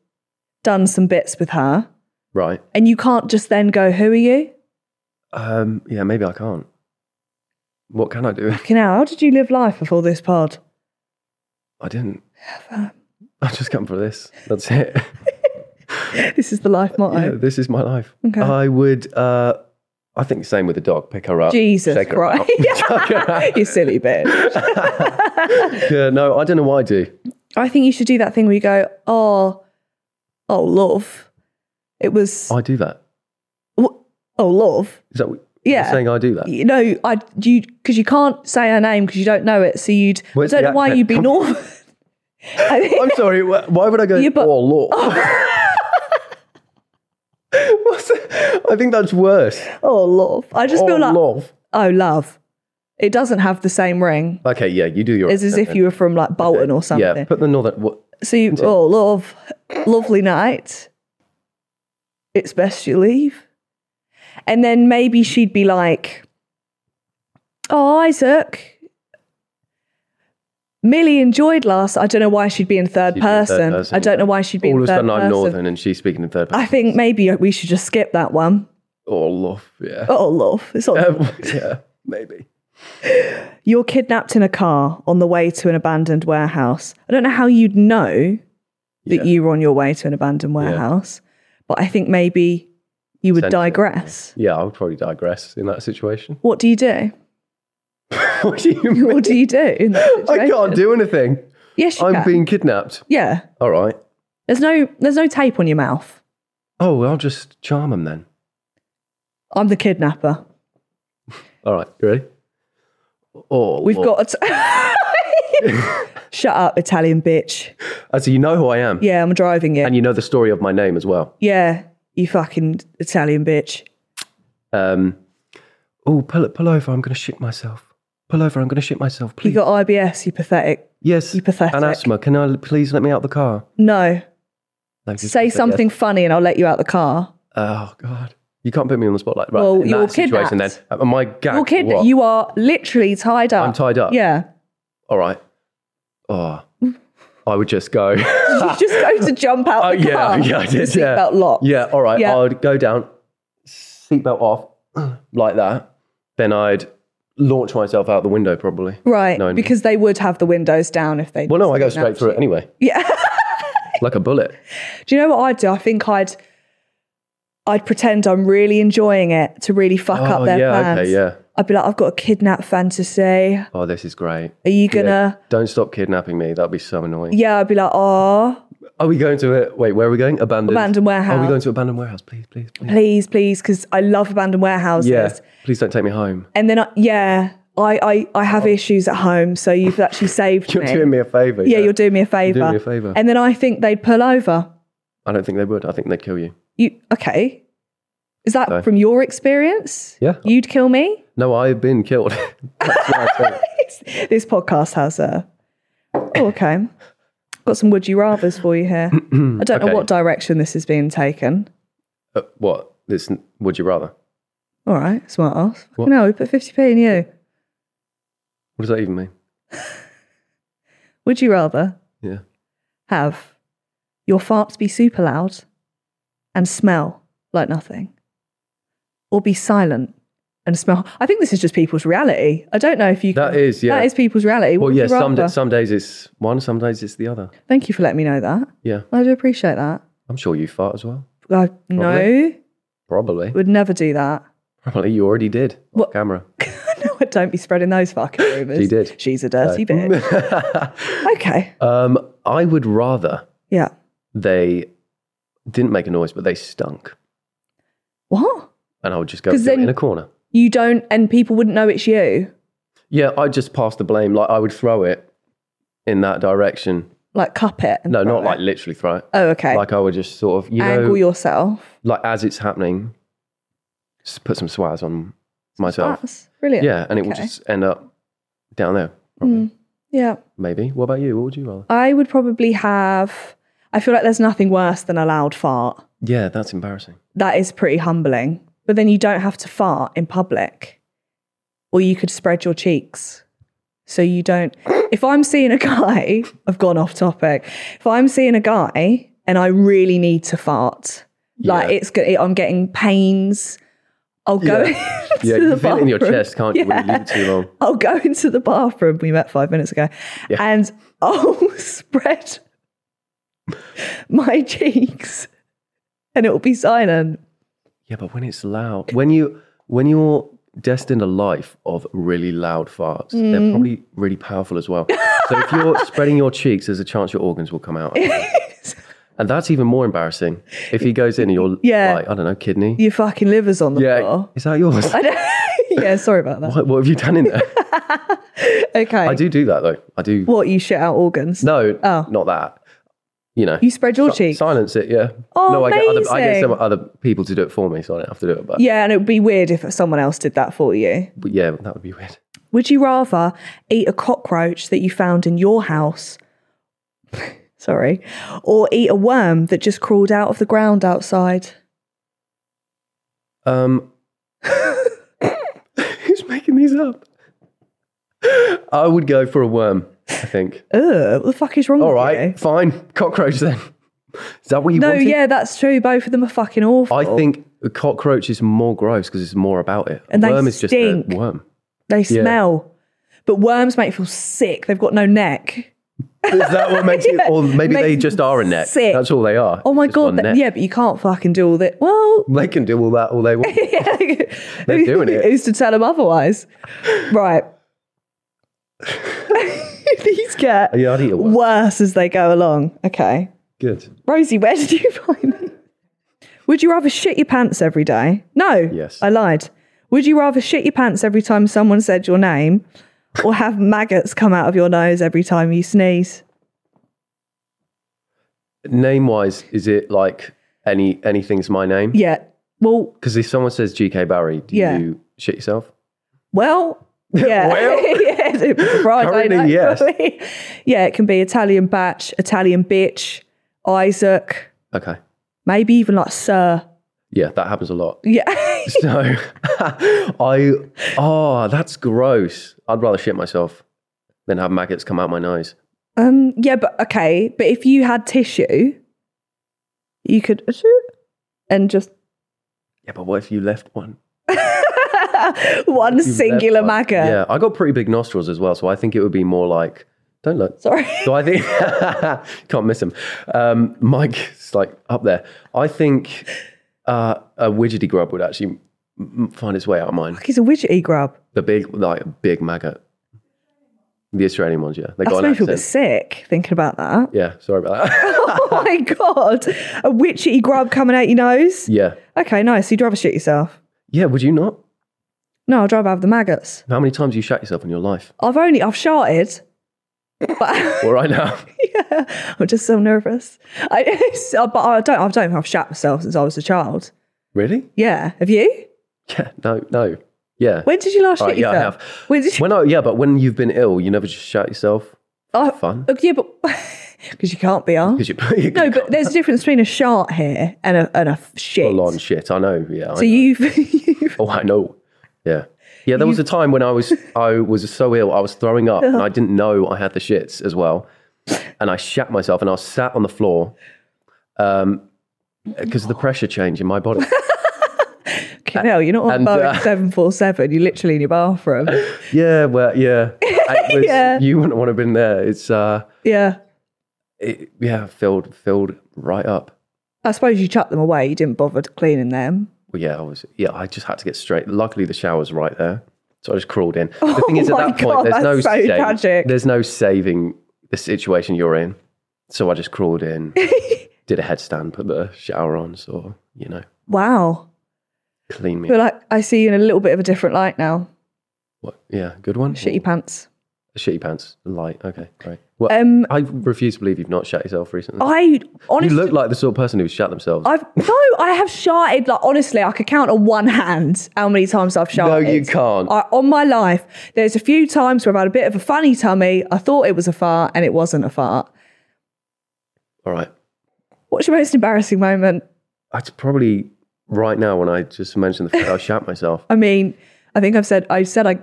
B: done some bits with her
C: right.
B: and you can't just then go, Who are you?
C: Um, yeah, maybe I can't. What can I do?
B: Fucking hell, how did you live life before this pod?
C: I didn't. I just come for this. That's it.
B: This is the life
C: Yeah,
B: motto.
C: this is my life.
B: Okay.
C: I would. Uh, I think the same with the dog. Pick her up.
B: Jesus
C: shake her
B: Christ.
C: up. Shake her up.
B: you silly bitch.
C: yeah, no, I don't know what I do.
B: I think you should do that thing where you go, oh, oh, love. It was,
C: I do that.
B: w- oh, love.
C: Is that what
B: Yeah.
C: you're saying? I do that.
B: You know, I you because you can't say her name because you don't know it. So you'd
C: Where's
B: I
C: the
B: don't know why
C: accent
B: you'd be
C: come-
B: normal. I think-
C: I'm sorry. wh- Why would I go?
B: Yeah, but-
C: oh, Lord. What's that? I think that's worse.
B: oh, love. I just
C: oh,
B: feel like
C: love.
B: oh, love. It doesn't have the same ring.
C: Okay, yeah, you do your.
B: It's as
C: accent
B: if you were from like Bolton or
C: then.
B: something.
C: Yeah, put the northern. What,
B: so you, oh, love, lovely night. It's best you leave. And then maybe she'd be like, Oh, Isaac. Millie enjoyed last. I don't know why she'd be in third,
C: She'd be in third
B: person.
C: person,
B: I don't
C: yeah.
B: know why she'd be in
C: all of a
B: third
C: sudden,
B: person.
C: I'm northern and she's speaking in third person.
B: I think maybe we should just skip that one.
C: oh, love. Yeah.
B: Oh, love. It's all,
C: Um, yeah, maybe.
B: You're kidnapped in a car on the way to an abandoned warehouse. I don't know how you'd know that
C: Yeah.
B: you were on your way to an abandoned warehouse, but I think maybe you would
C: Sensible.
B: digress.
C: Yeah, I would probably digress in that situation.
B: What do you do?
C: what do you mean?
B: What do you do? In that
C: I
B: situation?
C: can't do anything.
B: Yes, you
C: I'm
B: can.
C: being kidnapped.
B: yeah.
C: All right.
B: There's no. There's no tape on your mouth.
C: Oh, well, I'll just charm him then.
B: I'm the kidnapper.
C: All right, you ready? Oh,
B: We've
C: Lord.
B: got. Shut up, Italian bitch.
C: Uh, So you know who I am,
B: Yeah, I'm driving it.
C: and you know the story of my name as well.
B: yeah, you fucking Italian bitch.
C: Um, oh, pull pull over! I'm going to shit myself. Pull over! I'm going to shit myself,
B: You
C: please.
B: got IBS. You pathetic.
C: yes,
B: you pathetic.
C: And asthma. Can I please let me out the car?
B: No.
C: Like, just
B: Say
C: yes.
B: something funny and I'll let you out the car.
C: Oh God, you can't put me on the spotlight. Right,
B: Well,
C: in
B: you're
C: that situation, then
B: kidnapped.
C: Uh, am I gagged?
B: Your
C: or
B: kid,
C: what?
B: you are literally tied up.
C: I'm tied up.
B: Yeah.
C: All right. Oh, I would just go.
B: You just go to jump out
C: oh
B: the
C: yeah,
B: car.
C: yeah, I did.
B: The
C: yeah.
B: Seatbelt lock.
C: Yeah. All right.
B: Yeah.
C: I'd go down, seatbelt off, like that. Then I'd launch myself out the window, probably.
B: Right.
C: No, no.
B: because they would have the windows down if they.
C: Well, no, I go straight through it anyway.
B: Yeah.
C: like a bullet.
B: Do you know what I'd do? I think I'd. I'd pretend I'm really enjoying it to really fuck up
C: Oh,
B: their
C: yeah,
B: plans.
C: okay, yeah.
B: I'd be like, I've got a kidnap fantasy. Are
C: Oh, this is great.
B: you
C: Yeah,
B: gonna?
C: Don't stop kidnapping me. That'd be so annoying.
B: Yeah, I'd be like, oh,
C: Are we going to it? Wait, where are we going? Abandoned.
B: Abandoned warehouse.
C: Are we going to abandoned warehouse? Please, please, please.
B: please, please, because I love abandoned warehouses.
C: Yeah. Please don't take me home.
B: And then, I, yeah, I, I, I have issues at home, so you've actually saved
C: Oh. You're
B: me.
C: doing me a favor.
B: yeah, you're doing me a favor.
C: me a favour.
B: And then I think they'd pull over.
C: I don't think they would. I think they'd kill you.
B: You okay? Is that
C: No.
B: from your experience?
C: Yeah.
B: you'd kill me.
C: No, I've been killed. That's what I think.
B: this podcast has a. Oh, okay. Got some would you rather's for you here. I don't know
C: Okay.
B: what direction this is being taken.
C: Uh, what? This? Would you rather?
B: All right, smart ass.
C: What?
B: No, we put fifty p in you.
C: What does that even mean?
B: Would you rather
C: Yeah.
B: have your farts be super loud and smell like nothing, or be silent and smell. I think this is just people's reality. I don't know if you.
C: That
B: can-
C: is, yeah.
B: That is people's reality.
C: Well,
B: What would
C: yeah,
B: you
C: some,
B: rather?
C: da- some days it's one, some days it's the other.
B: Thank you for letting me know that.
C: Yeah.
B: I do appreciate that.
C: I'm sure you fart as well.
B: I, no,
C: Probably. Probably.
B: would never do that.
C: Probably you already did. Off
B: What-
C: camera.
B: no, don't be spreading those fucking rumors.
C: She did. Uh,
B: She's a dirty bitch. Okay.
C: um, I would rather
B: Yeah.
C: they didn't make a noise, but they stunk.
B: What?
C: And I would just go
B: 'Cause
C: do it
B: then-
C: in a corner.
B: You don't, and people wouldn't know it's you.
C: Yeah, I'd just pass the blame. Like I would throw it in that direction.
B: Like cup it. And
C: No,
B: throw
C: not
B: it.
C: like literally throw it.
B: Oh, okay.
C: Like I would just sort of, you
B: Angle
C: know,
B: yourself.
C: like as it's happening, just put some swaz on myself.
B: That's brilliant.
C: Yeah, and it will
B: Okay.
C: just end up down there, probably.
B: Yeah.
C: Maybe. What about you? What would you rather?
B: I would probably have. I feel like there's nothing worse than a loud fart.
C: Yeah, that's embarrassing.
B: That is pretty humbling. But then you don't have to fart in public, or you could spread your cheeks. So you don't. If I'm seeing a guy, I've gone off topic. If I'm seeing a guy and I really need to fart, like
C: Yeah.
B: it's good, I'm getting pains. I'll go.
C: Yeah.
B: into
C: yeah, you
B: the
C: can feel it in your
B: bathroom.
C: chest, can't you? When you leave it too long.
B: I'll go into the bathroom. We met five minutes ago,
C: Yeah.
B: and I'll spread my cheeks, and it will be silent.
C: Yeah, but when it's loud, when you when you're destined a life of really loud farts,
B: Mm.
C: they're probably really powerful as well. so if you're spreading your cheeks, there's a chance your organs will come out. and that's even more embarrassing if he goes in and you're
B: Yeah.
C: like, I don't know, kidney.
B: Your fucking liver's on the
C: Yeah,
B: floor.
C: is that yours?
B: I don't, yeah, sorry about that.
C: What, what have you done in there?
B: Okay.
C: I do do that though. I do.
B: What you shit out organs?
C: No,
B: Oh.
C: not that. You know,
B: You spread your
C: si-
B: cheeks.
C: Silence it. Yeah.
B: Oh,
C: no, I get other, I get
B: amazing.
C: some other people to do it for me, so I don't have to do it. But
B: Yeah, and it would be weird if someone else did that for you.
C: but yeah that would be weird.
B: Would you rather eat a cockroach that you found in your house? Sorry, or eat a worm that just crawled out of the ground outside?
C: Um, who's making these up? I would go for a worm. I think.
B: Ugh, what the fuck is wrong
C: All
B: with
C: right,
B: you?
C: fine. Cockroach then. Is that what you
B: No,
C: wanted?
B: yeah, that's true. Both of them are fucking awful.
C: I think a cockroach is more gross because it's more about it.
B: And they
C: worm is
B: stink.
C: just a worm.
B: they smell. But worms make you feel sick. They've got no neck.
C: Is that what makes it?
B: Yeah,
C: Or maybe
B: makes
C: they
B: them
C: just are a net.
B: sick.
C: That's all they are.
B: Oh my
C: It's just
B: god!
C: one
B: that-
C: net.
B: yeah, but you can't fucking do all that. Well,
C: They can do all that all they want.
B: they're
C: doing it.
B: Who's to tell them otherwise? Right. These get
C: Yeah, I'd eat a worm.
B: worse as they go along. Okay,
C: Good.
B: Rosie, where did you find this? Would you rather shit your pants every day? No.
C: Yes.
B: I lied. Would you rather shit your pants every time someone said your name, or have maggots come out of your nose every time you sneeze?
C: Name wise, is it like any anything's my name?
B: Yeah. Well,
C: Because if someone says GK Barry, do
B: Yeah.
C: you shit yourself?
B: Well, yeah,
C: Well.
B: yeah, it'd be Friday
C: Currently,
B: night,
C: yes.
B: probably. yeah, it can be Italian batch, Italian bitch, Isaac,
C: Okay.
B: maybe even like Sir.
C: Yeah, that happens a lot.
B: Yeah,
C: So I oh, that's gross. I'd rather shit myself than have maggots come out my nose.
B: um, yeah, but okay, but if you had tissue, you could and just
C: Yeah, but what if you left one?
B: one
C: You left
B: singular
C: one.
B: maggot.
C: Yeah, I got pretty big nostrils as well, so I think it would be more like don't look.
B: Sorry.
C: So I think can't miss him. Um, Mike is like up there. I think uh, a widgety grub would actually m- find its way out of mine.
B: He's a widgety grub.
C: The big, like big maggot. The Australian ones, yeah, they
B: That's
C: got an
B: made me feel a bit
C: accent.
B: sick thinking about that.
C: Yeah, sorry about that.
B: oh my god, a witchetty grub coming out your nose.
C: yeah,
B: Okay, nice. You'd rather shit yourself.
C: yeah. Would you not?
B: No, I'd rather have the maggots.
C: How many times you shat yourself in your life?
B: I've only I've sharted, but
C: All right now.
B: I'm just so nervous. I so- but I don't I don't think I've shat myself since I was a child.
C: really?
B: Yeah, have you?
C: Yeah. No. No. Yeah.
B: When did you last
C: All
B: shit
C: right, yeah, I
B: yourself?
C: have.
B: When did you?
C: When I, yeah, but when you've been ill, you never just shat yourself
B: I-
C: fun.
B: oh, yeah, but because you can't be arsed.
C: because you, you
B: No, but there's a difference between a shart here and a and a shit.
C: full on shit. I know. Yeah. I
B: So you've, you've
C: Oh, I know. Yeah. Yeah, there was a time when I was I was so ill, I was throwing up and I didn't know I had the shits as well. And I shat myself and I was sat on the floor because of the pressure change in my body.
B: No, you're not on
C: and,
B: Boeing
C: uh,
B: 747. You're literally in your bathroom.
C: yeah, well, yeah. It was-
B: Yeah.
C: You wouldn't want to have been there. It's uh,
B: yeah.
C: it, yeah, filled filled right up.
B: I suppose you chucked them away. You didn't bother cleaning them.
C: Well, yeah, I was. Yeah, I just had to get straight. Luckily, the shower's right there, so I just crawled in. The thing is, at
B: Oh my
C: that
B: God,
C: point, there's no
B: that's so
C: save-
B: tragic.
C: there's no saving the situation you're in. So I just crawled in, did a headstand, put the shower on, so you know,
B: Wow.
C: clean me.
B: But
C: up.
B: like, I see you in a little bit of a different light now.
C: What? Yeah, good one.
B: Shitty pants.
C: Shitty pants. Light. Okay, right. Well,
B: Um,
C: I refuse to believe you've not shat yourself recently.
B: I honestly,
C: you look like the sort of person who shat themselves.
B: I've no, I have sharted. Like honestly, I could count on one hand how many times I've
C: no,
B: sharted.
C: you can't.
B: I, on my life, there's a few times where I've had a bit of a funny tummy. I thought it was a fart, and it wasn't a fart.
C: All right.
B: What's your most embarrassing moment?
C: That's probably right now when I just mentioned the fact I shat myself.
B: I mean, I think I've said I said I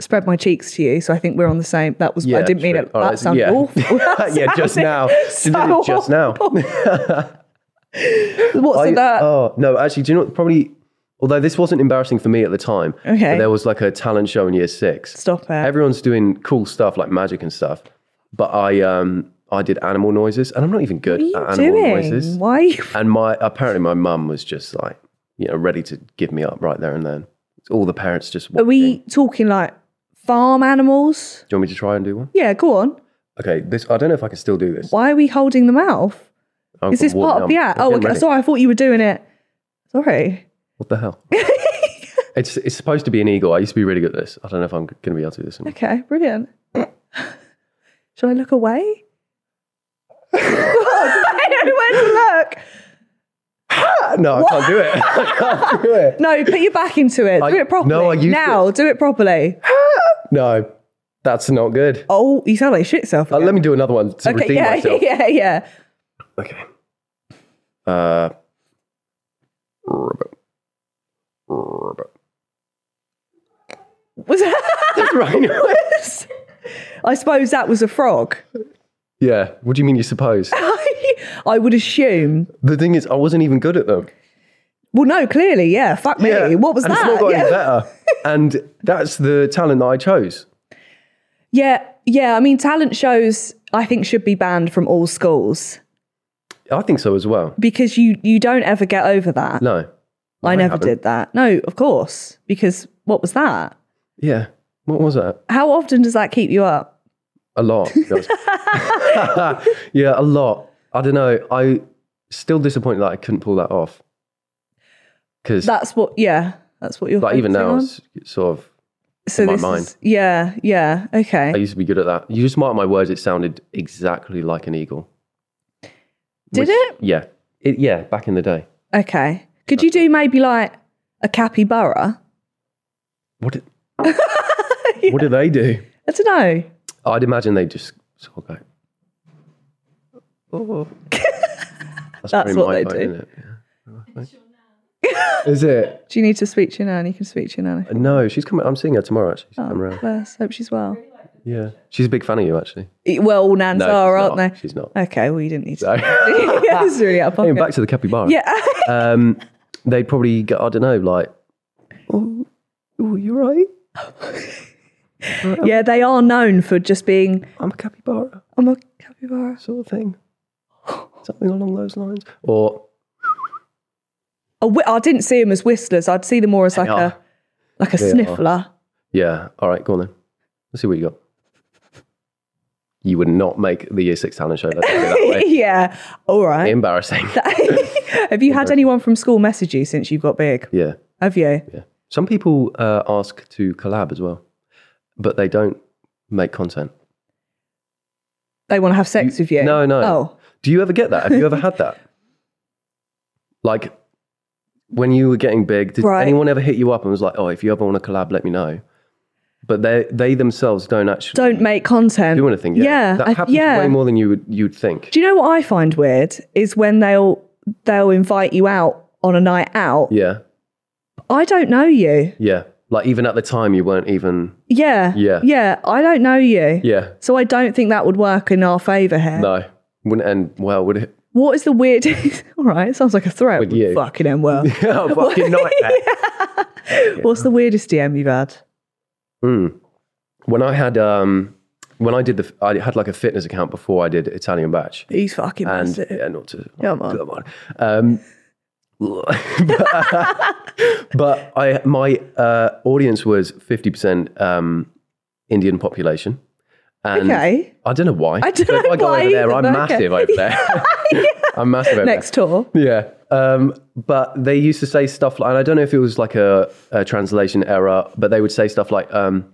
B: spread my cheeks to you, so I think we're on the same. That was I
C: Yeah,
B: didn't mean
C: true.
B: it.
C: All
B: that
C: right,
B: sounds
C: yeah.
B: awful. That
C: yeah, just
B: sounded so
C: now. just now.
B: awful. What's
C: I-
B: that?
C: Oh no, actually, do you know what? Probably. Although this wasn't embarrassing for me at the time.
B: Okay.
C: but there was like a talent show in year six.
B: Stop it.
C: Everyone's doing cool stuff like magic and stuff, but I um I did animal noises, and I'm not even good
B: what are
C: at
B: you
C: animal
B: doing?
C: noises.
B: Why? are you-
C: And my apparently my mum was just like you know ready to give me up right there and then. All the parents just.
B: Are
C: Watching.
B: we talking like farm animals?
C: Do you want me to try and do one?
B: Yeah, go on.
C: Okay, this I don't know if I can still do this.
B: Why are we holding the mouth?
C: I've
B: Is
C: got
B: this
C: water
B: part of
C: now.
B: the act?
C: I'm
B: Oh,
C: getting
B: okay.
C: ready.
B: sorry. I thought you were doing it. Sorry.
C: What the hell? it's it's supposed to be an eagle. I used to be really good at this. I don't know if I'm going to be able to do this. Anymore.
B: Okay, brilliant. Shall I look away? I don't know where to look.
C: Uh, No, I can't do it. I can't do it.
B: No, put your back into it.
C: I-
B: do it properly.
C: no, I used
B: now, do it properly.
C: No, that's not good.
B: Oh, you sound like you shit yourself.
C: Uh,
B: again.
C: let me do another one to
B: okay,
C: redeem
B: yeah,
C: myself.
B: yeah, yeah.
C: Okay. Uh. ribbit. Ribbit.
B: Was that?
C: Right now.
B: I suppose that was a frog.
C: Yeah. What do you mean? You suppose?
B: I would assume.
C: The thing is, I wasn't even good at them.
B: Well, no, clearly, yeah. Fuck me.
C: Yeah.
B: What was
C: and
B: that?
C: It's not got
B: yeah.
C: any better. and that's the talent that I chose.
B: yeah, yeah. I mean, talent shows I think should be banned from all schools
C: I think so as well.
B: because you you don't ever get over that.
C: No.
B: I
C: I
B: never
C: haven't.
B: did that. No, of course, because what was that?
C: Yeah. What was that?
B: How often does that keep you up?
C: A lot. to be honest. yeah, a lot. I don't know. I still disappointed that I couldn't pull that off. Because
B: That's what. Yeah, that's what you're.
C: like even
B: focusing
C: now,
B: on?
C: it's sort of.
B: so
C: in my
B: this
C: mind.
B: Is, yeah, yeah. Okay.
C: I used to be good at that. You just mark my words. It sounded exactly like an eagle.
B: Did
C: Which-
B: it?
C: Yeah. It, yeah. Back in the day.
B: Okay. Could you do maybe like a capybara?
C: What did? What did they do?
B: I don't know.
C: I'd imagine they just sort of go. Oh. That's,
B: That's
C: pretty
B: what
C: my
B: they
C: vote,
B: do.
C: isn't it? Yeah. Is it?
B: Do you need to speak to your nan? You can speak to your nan.
C: No, she's coming. I'm seeing her tomorrow. Actually,
B: Oh.
C: she's coming around.
B: Bless. Hope she's well.
C: Yeah, she's a big fan of you. Actually,
B: Eh, Well, all nans
C: No,
B: are,
C: she's
B: aren't
C: not.
B: they?
C: She's not.
B: Okay. Well, you didn't need to.
C: So,
B: yeah, this is really out of
C: Anyway,
B: pocket.
C: back to the capybara.
B: yeah.
C: Um, they'd probably go. I don't know. Like, oh, oh, you're right.
B: yeah. They are known for just being.
C: I'm a capybara,
B: I'm a capybara.
C: sort of thing. Something along those lines. Or
B: A whi- I didn't see them as whistlers. I'd see them more as like
C: are.
B: a like a
C: They are.
B: sniffler.
C: yeah. All right, go on then. Let's see what you got. You would not make the year six talent show. Let's put it that way.
B: yeah. All right.
C: Embarrassing.
B: Have you had anyone from school message you since you got big?
C: Yeah.
B: Have you?
C: Yeah. Some people uh, ask to collab as well, but they don't make content.
B: They want to have sex with you?
C: No, no.
B: Oh,
C: Do you ever get that? Have you ever had that? Like when you were getting big, did
B: Right.
C: anyone ever hit you up and was like, "Oh, if you ever want to collab, let me know." But they they themselves don't actually
B: don't make content.
C: do anything. Yeah,
B: Yeah,
C: that
B: I-
C: happens
B: yeah.
C: way more than you would you'd think.
B: Do you know what I find weird is when they'll they'll invite you out on a night out.
C: Yeah,
B: I don't know you.
C: yeah. Like even at the time, you weren't even.
B: Yeah.
C: Yeah.
B: Yeah. I don't know you.
C: Yeah,
B: So I don't think that would work in our favour here.
C: no, wouldn't end well, would it?
B: What is the weirdest? All right, it sounds like a threat.
C: With you.
B: Fucking hell, well.
C: oh, fucking nightmare.
B: What's the weirdest DM you've had?
C: Mm. When I had um, when I did the, I had like a fitness account before I did Italian Batch,
B: He's fucking
C: and
B: massive.
C: yeah, not to
B: Come on.
C: come on. Um, but I my uh, audience was fifty percent um, Indian population, and
B: Okay.
C: I don't know why.
B: I don't
C: So if
B: know
C: I go
B: why
C: over there,
B: either,
C: I'm
B: but okay.
C: massive over there. I'm massive over there.
B: Next tour.
C: Yeah. Um, but they used to say stuff like, and I don't know if it was like a, a translation error, but they would say stuff like, um,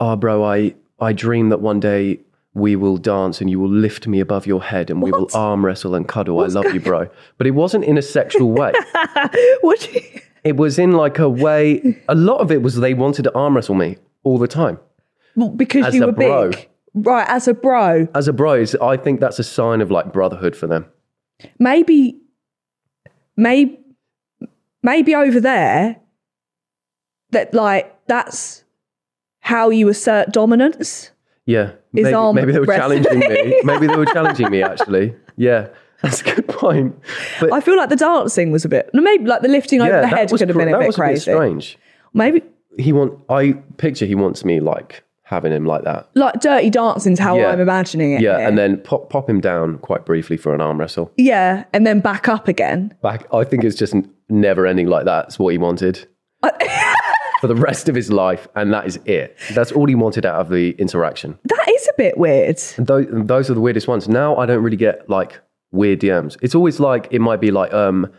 C: oh, bro, I, I dream that one day we will dance and you will lift me above your head and we will arm wrestle and cuddle. I love you, bro. But it wasn't in a sexual way.
B: What do you-
C: it was in like a way, a lot of it was they wanted to arm wrestle me all the time.
B: Well, because
C: As
B: you
C: a
B: were
C: bro.
B: big. Right, as a bro.
C: As a bro, it's- I think that's a sign of like brotherhood for them.
B: Maybe maybe maybe over there that like that's how you assert dominance.
C: Yeah.
B: Is
C: Maybe,
B: arm
C: maybe they were
B: wrestling.
C: challenging me. Maybe they were challenging me, actually. Yeah. That's a good point. But
B: I feel like the dancing was a bit maybe like the lifting over
C: yeah,
B: the
C: that
B: head
C: was
B: could have
C: cr-
B: been a
C: that
B: bit
C: was
B: crazy.
C: strange.
B: Maybe
C: He want I picture he wants me like having him like that.
B: like dirty dancing's how
C: Yeah.
B: I'm imagining it.
C: Yeah,
B: here.
C: and then pop pop him down quite briefly for an arm wrestle.
B: Yeah, and then back up again.
C: Back I think it's just n- never ending like that. That's what he wanted. for the rest of his life and that is it. That's all he wanted out of the interaction.
B: That is a bit weird.
C: Those, those are the weirdest ones. Now I don't really get like weird DMs. It's always like it might be like um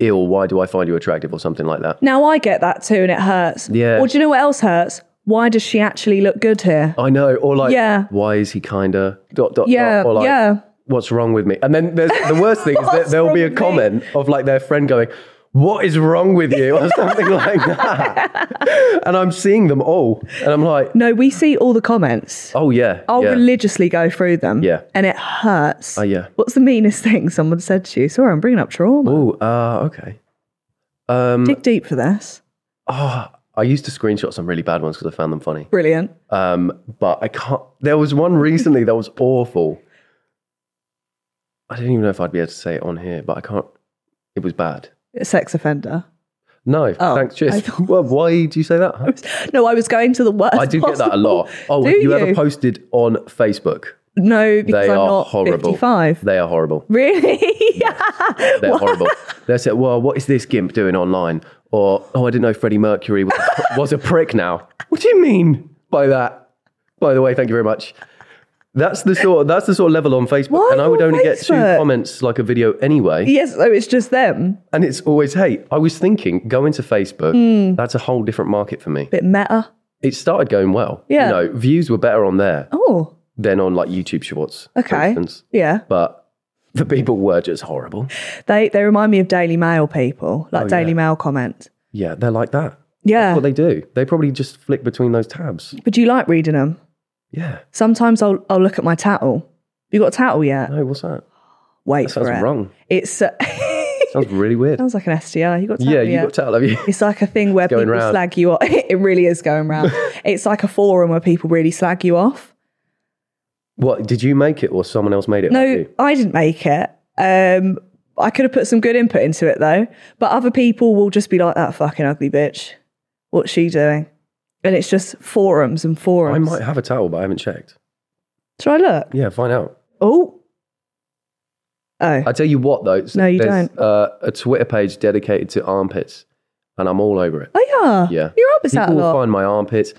C: ill, why do I find you attractive or something like that.
B: Now I get that too, and it hurts.
C: Yeah.
B: Or do you know what else hurts? Why does she actually look good here?
C: I know or like
B: Yeah.
C: why is he kinda dot dot
B: Yeah,
C: dot or like
B: yeah.
C: what's wrong with me? And then there's the worst thing is that
B: What's
C: there'll be
B: wrong
C: a
B: with me?
C: comment of like their friend going what is wrong with you or something like that. And I'm seeing them all and I'm like
B: No, we see all the comments.
C: oh yeah.
B: I'll
C: yeah.
B: religiously go through them.
C: Yeah.
B: And it hurts.
C: Oh yeah.
B: What's the meanest thing someone said to you? Sorry, I'm bringing up trauma.
C: Oh, uh okay. Um
B: Dig deep for this.
C: oh, I used to screenshot some really bad ones because I found them funny.
B: Brilliant.
C: Um, but I can't. There was one recently that was awful. I don't even know if I'd be able to say it on here, but I can't. It was bad.
B: Sex offender.
C: No,
B: Oh,
C: thanks.
B: I
C: Cheers.
B: thought-
C: Well, why do you say that?
B: No, I was going to the worst.
C: I do get that a
B: possible.
C: lot. Oh,
B: do
C: have you, ever
B: you?
C: posted on Facebook?
B: No, because
C: they
B: I'm
C: are
B: not
C: horrible.
B: 55.
C: They are horrible.
B: Really?
C: They're horrible. They said, "Well, what is this gimp doing online?" Or, "Oh, I didn't know Freddie Mercury was, was a prick." Now, what do you mean by that? By the way, thank you very much. That's the sort. That's the sort of level on Facebook,
B: Why
C: and I would
B: on
C: only get two
B: Facebook?
C: comments like a video anyway,
B: yes, so it's just them.
C: and it's always, "Hey, I was thinking, go into Facebook. That's a whole different market for me."
B: Bit meta.
C: It started going well.
B: Yeah.
C: you know, views were better on there
B: Oh,
C: than on like YouTube Shorts. for
B: Okay.
C: instance.
B: yeah.
C: but the people were just horrible.
B: They they remind me of Daily Mail people, like Daily Mail comments.
C: Yeah, they're like that.
B: Yeah.
C: Oh, what they do. They probably just flick between those tabs.
B: but do you like reading them?
C: Yeah.
B: Sometimes I'll I'll look at my tattle. You got a tattle yet?
C: No, what's that?
B: Wait
C: That
B: for
C: sounds
B: it.
C: wrong.
B: It's uh,
C: Sounds really weird.
B: sounds like an STI. You got a tattle
C: yeah, you
B: yet?
C: got to tell, have you?
B: it's like a thing where
C: going
B: people
C: round.
B: slag you off. it really is going round. it's like a forum where people really slag you off.
C: What, did you make it or someone else made it?
B: No,
C: not you?
B: I didn't make it. Um, I could have put some good input into it though. But other people will just be like that fucking ugly bitch. What's she doing? And it's just forums and forums.
C: I might have a towel, but I haven't checked.
B: Should I look?
C: Yeah, find out.
B: Oh. Oh.
C: I tell you what, though. it's-
B: No, you
C: there's, Uh, a Twitter page dedicated to armpits, and I'm all over it.
B: oh yeah.
C: Yeah.
B: You're up is that a
C: People will
B: lot.
C: find my armpits.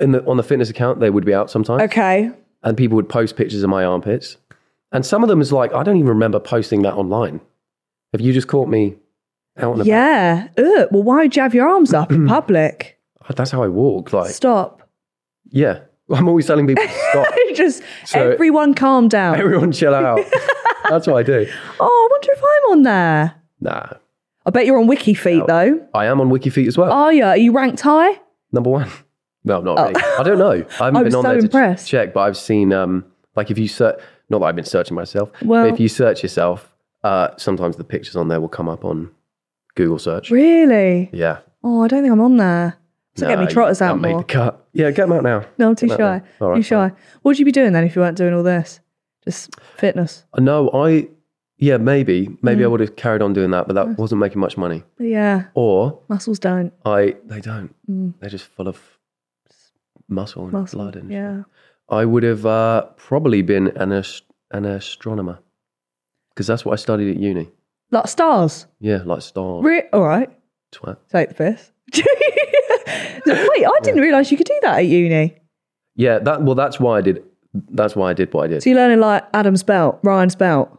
C: In the, on the fitness account, they would be out sometimes.
B: Okay.
C: And people would post pictures of my armpits. And some of them is like, I don't even remember posting that online. Have you just caught me out and about?
B: Yeah. Ugh. Well, why would you have your arms up in public?
C: Oh, That's how I walk. Like,
B: Stop.
C: Yeah. I'm always telling people to stop.
B: just
C: So-
B: everyone calm down.
C: Everyone chill out. That's what I do.
B: oh, I wonder if I'm on there.
C: Nah.
B: I bet you're on Wiki Feet though.
C: I am on Wikifeet as well.
B: Are you? Are you ranked high?
C: Number one. No, I'm not really. I don't know. I haven't
B: I
C: been
B: was
C: on
B: Oh. so
C: there
B: impressed.
C: to ch- check, but I've seen um like if you search not that I've been searching myself,
B: Well-
C: but if you search yourself, uh sometimes the pictures on there will come up on Google search.
B: Really?
C: Yeah.
B: Oh, I don't think I'm on there. So get me
C: Nah,
B: trotters
C: that
B: out
C: made
B: more.
C: the cut. Yeah, get them out now.
B: No, I'm too
C: No,
B: shy.
C: no. All right,
B: too shy. What would you be doing then if you weren't doing all this? Just fitness.
C: Uh, No, I yeah, maybe, maybe
B: Mm.
C: I would have carried on doing that, but that wasn't making much money.
B: But yeah,
C: Or
B: muscles don't.
C: I, they don't. They're just full of muscle and
B: Mm. Muscle.
C: blood and
B: yeah.
C: I would have uh, probably been an, ast- an astronomer because that's what I studied at uni.
B: Like stars.
C: Yeah, like star
B: Re- all right.
C: twat.
B: Take the piss. Wait, I didn't realise you could do that at uni.
C: Yeah, that well, that's why I did. That's why I did what I did.
B: So you're learning like Adam's belt, Ryan's belt.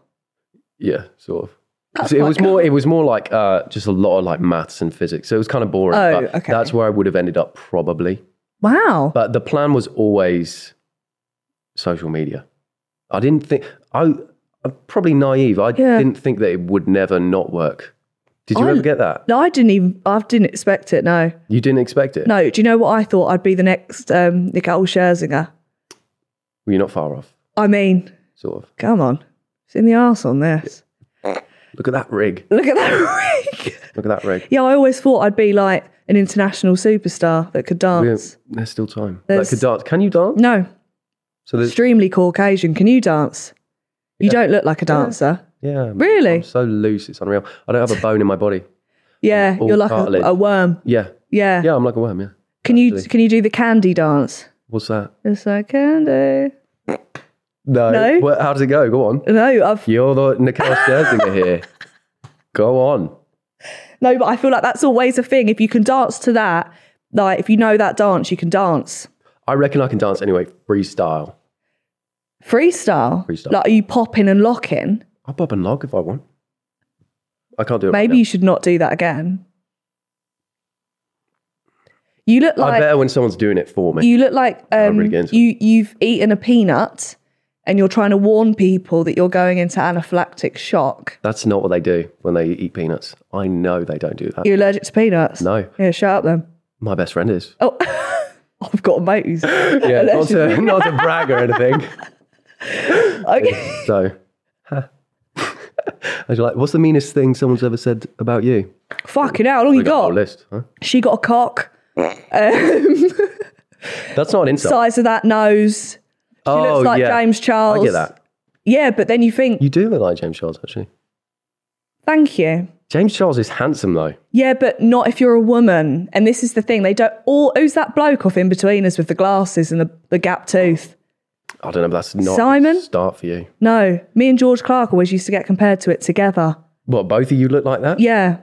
C: Yeah, sort of.
B: That's
C: So it
B: quite
C: was
B: cool.
C: more. It was more like uh, just a lot of like maths and physics. So it was kind of boring.
B: Oh,
C: but
B: okay.
C: That's where I would have ended up probably.
B: Wow.
C: But the plan was always social media. I didn't think I. I'm probably naive. I
B: Yeah.
C: didn't think that it would never not work. Did you
B: I-
C: ever get that?
B: no, I didn't even. I didn't expect it. No,
C: You didn't expect it.
B: no. Do you know what I thought? I'd be the next um, Nicole Scherzinger.
C: Well, you're not far off,
B: I mean,
C: sort of.
B: come on, it's in the arse on this.
C: Look at that rig.
B: Look at that ring.
C: Look at that rig.
B: yeah, I always thought I'd be like an international superstar that could
C: We-
B: dance.
C: There's still time.
B: There's-
C: That could dance. Can you dance?
B: No,
C: So there's,
B: extremely Caucasian. Can you dance? You
C: Yeah.
B: don't look like a dancer.
C: yeah. man,
B: Really?
C: I'm so loose. It's unreal. I don't have a bone in my body.
B: Yeah,
C: all
B: you're like
C: cartilage.
B: a, a worm.
C: Yeah.
B: Yeah.
C: Yeah, I'm like a worm. Yeah.
B: Can you
C: actually.
B: can you do the candy dance?
C: What's that?
B: It's like candy.
C: No.
B: No?
C: Well, how does it go? Go on.
B: No, I've
C: You're the Nicole Scherzinger here. Go on.
B: no, but I feel like that's always a thing. If you can dance to that, like if you know that dance, you can dance
C: I reckon I can dance anyway. Freestyle.
B: freestyle.
C: Freestyle.
B: Like are you popping and locking?
C: I'll bob and log if I want. I can't do it.
B: Maybe
C: right
B: you should not do that again. You look
C: now. I
B: like
C: better when someone's doing it for me.
B: you look like
C: I'm
B: um,
C: really getting into
B: you you've eaten a peanut and you're trying to warn people that you're going into anaphylactic shock.
C: That's not what they do when they eat peanuts. I know they don't do that.
B: You're allergic to peanuts.
C: No.
B: Yeah, shut up then.
C: My best friend is.
B: Oh, I've got a mate who's
C: Yeah, not
B: allergic to
C: to, not to brag or anything.
B: Okay.
C: So, I was like, what's the meanest thing someone's ever said about you?
B: Fucking hell, how long
C: I
B: you
C: got a
B: got?
C: whole list. Huh?
B: She got a cock.
C: That's not an insult.
B: Size of that nose. She looks like James Charles.
C: Oh, I get that.
B: Yeah, but then you think,
C: You do look like James Charles, actually.
B: thank you.
C: James Charles is handsome, though.
B: Yeah, but not if you're a woman. And this is the thing. They don't all who's that bloke off in between us with the glasses and the, the gap tooth?
C: I don't know, but that's not
B: Simon?
C: a start for you.
B: No. Me and George Clark always used to get compared to it together.
C: What, both of you look like that?
B: Yeah.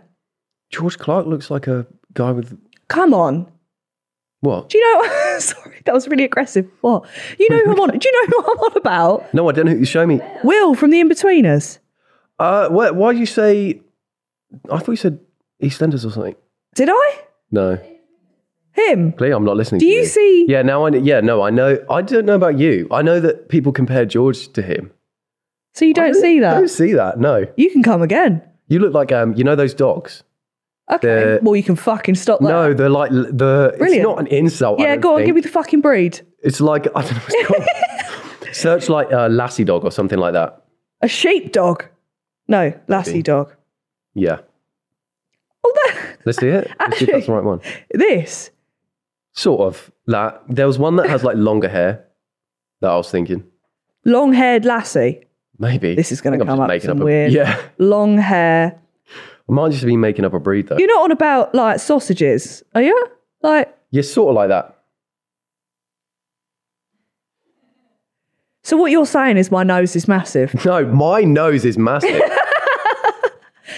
C: George Clark looks like a guy with
B: Come on.
C: what?
B: Do you know sorry, that was really aggressive. What? You know who I'm on do you know who I'm on about?
C: No, I don't know. who- Show me.
B: Will from the In Betweeners.
C: Uh, why, why do you say? I thought you said EastEnders or something.
B: Did I?
C: No,
B: Him.
C: clearly I'm not listening.
B: Do
C: to
B: you see-
C: Yeah, now I. kn- Yeah, no, I know. I don't know about you. I know that people compare George to him.
B: So you don't see that?
C: I don't see that. No,
B: You can come again.
C: you look like um, you know those dogs.
B: Okay.
C: The-
B: well, you can fucking stop that.
C: no, they're like l- the.
B: Brilliant.
C: It's not an insult. I
B: Yeah,
C: don't
B: go on.
C: think.
B: Give me the fucking breed.
C: It's like I don't know. What's called. Search like uh, lassie dog or something like that.
B: A sheepdog. No, lassie dog.
C: Yeah,
B: Oh, that,
C: let's see it. Let's see if that's the
B: Actually-
C: right one.
B: this.
C: Sort of that. There was one that has like longer hair. That I was thinking.
B: Long haired lassie.
C: Maybe
B: This is gonna
C: I think
B: come
C: I'm just
B: up
C: making
B: some
C: a-
B: weird-
C: Yeah,
B: Long hair.
C: I might just be making up a breed though.
B: You're not on about like sausages, are you? Like,
C: You're sort of like that.
B: so what you're saying is my nose is massive.
C: No, my nose is massive.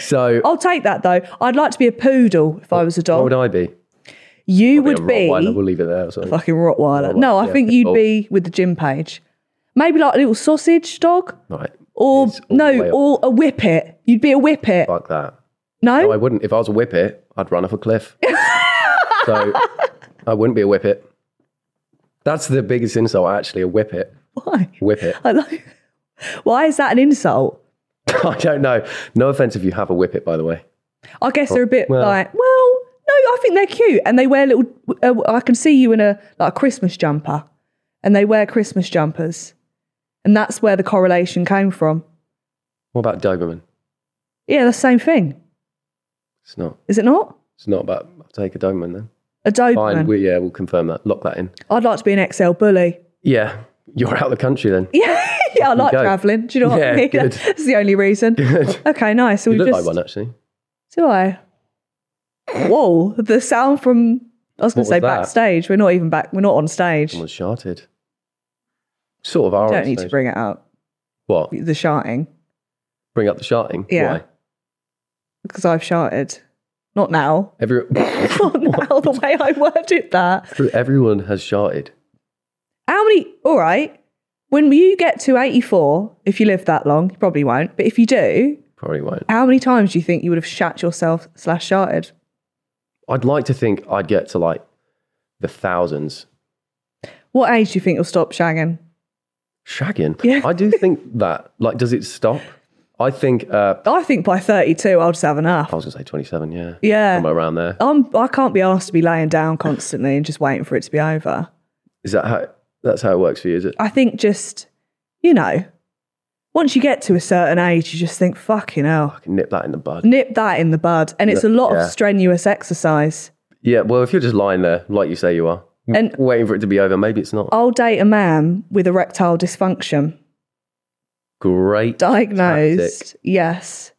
C: so
B: I'll take that though. I'd like to be a poodle if I was a
C: what
B: dog.
C: would I be?
B: you
C: I'd
B: Oh, would be,
C: a Rottweiler. We'll leave it there. Or something.
B: fucking Rottweiler. No, I
C: yeah, Oh.
B: think you'd
C: pitbull.
B: be with the gym page. Maybe like a little sausage dog.
C: Right,
B: Or
C: It's all the
B: no,
C: way up.
B: or a whippet. You'd be a whippet.
C: fuck that. No, I
B: No,
C: wouldn't. If I was a whippet, I'd run off a cliff. so I wouldn't be a whippet. That's the biggest insult, actually. A whippet,
B: why?
C: whippet.
B: I like, why is that an insult?
C: I don't know. No offense if you have a whippet, by the way.
B: I guess they're a bit
C: Well-
B: like, well, no, I think they're cute, and they wear little. Uh, I can see you in a like a Christmas jumper, and they wear Christmas jumpers, and that's where the correlation came from.
C: What about Doberman?
B: Yeah, the same thing,
C: It's not.
B: is it not?
C: It's not. But I'll take a Doberman then.
B: A
C: Fine.
B: Doberman.
C: We, yeah, we'll confirm that. Lock that in.
B: I'd like to be an XL bully.
C: Yeah, you're out of the country then.
B: Yeah, yeah, I like
C: go.
B: traveling. Do you know what
C: Yeah,
B: I mean?
C: good.
B: That's the only reason.
C: Good.
B: Okay, nice. So
C: you
B: we
C: look
B: just
C: like one actually.
B: do I. Whoa! The sound from I was going
C: What
B: to say
C: was that?
B: backstage. We're not even back. We're not on stage.
C: Someone sharted. Sort of our
B: Don't need to bring it out.
C: what?
B: The shouting
C: Bring up the sharting.
B: Yeah.
C: Why?
B: because I've shouted. Not now.
C: Every,
B: Not now. The way I worded that.
C: everyone has sharted.
B: How many? All right. When you get to 84, if you live that long, you probably won't. But if you do,
C: Probably won't.
B: how many times do you think you would have shat yourself slash sharted?
C: I'd like to think I'd get to like the thousands.
B: What age do you think you'll stop shagging?
C: Shagging.
B: Yeah.
C: I do think that. Like, does it stop? I think uh,
B: I think by 32, I'll just have enough.
C: I was gonna say twenty-seven. Yeah.
B: Yeah.
C: Somewhere around there.
B: I'm, I can't be asked to be laying down constantly and just waiting for it to be over.
C: Is that how? That's how it works for you, is it?
B: I think just, you know, once you get to a certain age, you just think, fucking hell,
C: I can nip that in the bud.
B: nip that in the bud. And it's a lot
C: Yeah.
B: of strenuous exercise.
C: Yeah. Well, if you're just lying there, like you say you are,
B: And- Oh,
C: waiting for it to be over, maybe it's not.
B: I'll date a man with erectile dysfunction,
C: Great.
B: diagnosed.
C: Tactic.
B: Yes.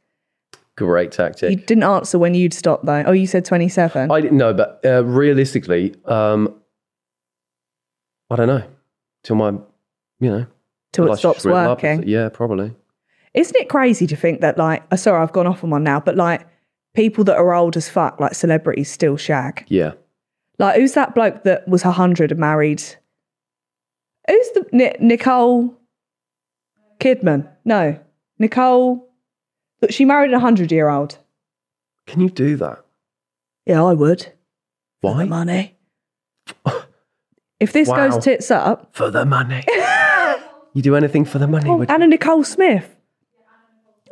C: Great
B: You
C: tactic.
B: didn't answer when you'd stop, though. Oh, you said 27.
C: I didn't know, but uh, realistically, um, I don't know. Till my, you know,
B: till
C: till I
B: it stops
C: shrivel up.
B: working.
C: Yeah, probably.
B: Isn't it crazy to think that, like, oh, sorry, I've gone off on one now, but like people that are old as fuck, like celebrities, still shag?
C: Yeah.
B: Like, who's that bloke that was 100 and married? Who's the Ni- Nicole Kidman? No, Nicole. Look, she married a 100 year old.
C: Can you do that?
B: Yeah, I would. For the
C: Why?
B: money. if this
C: Wow.
B: goes tits up,
C: For the money. you do anything for the money. would you?
B: Anna Nicole Smith.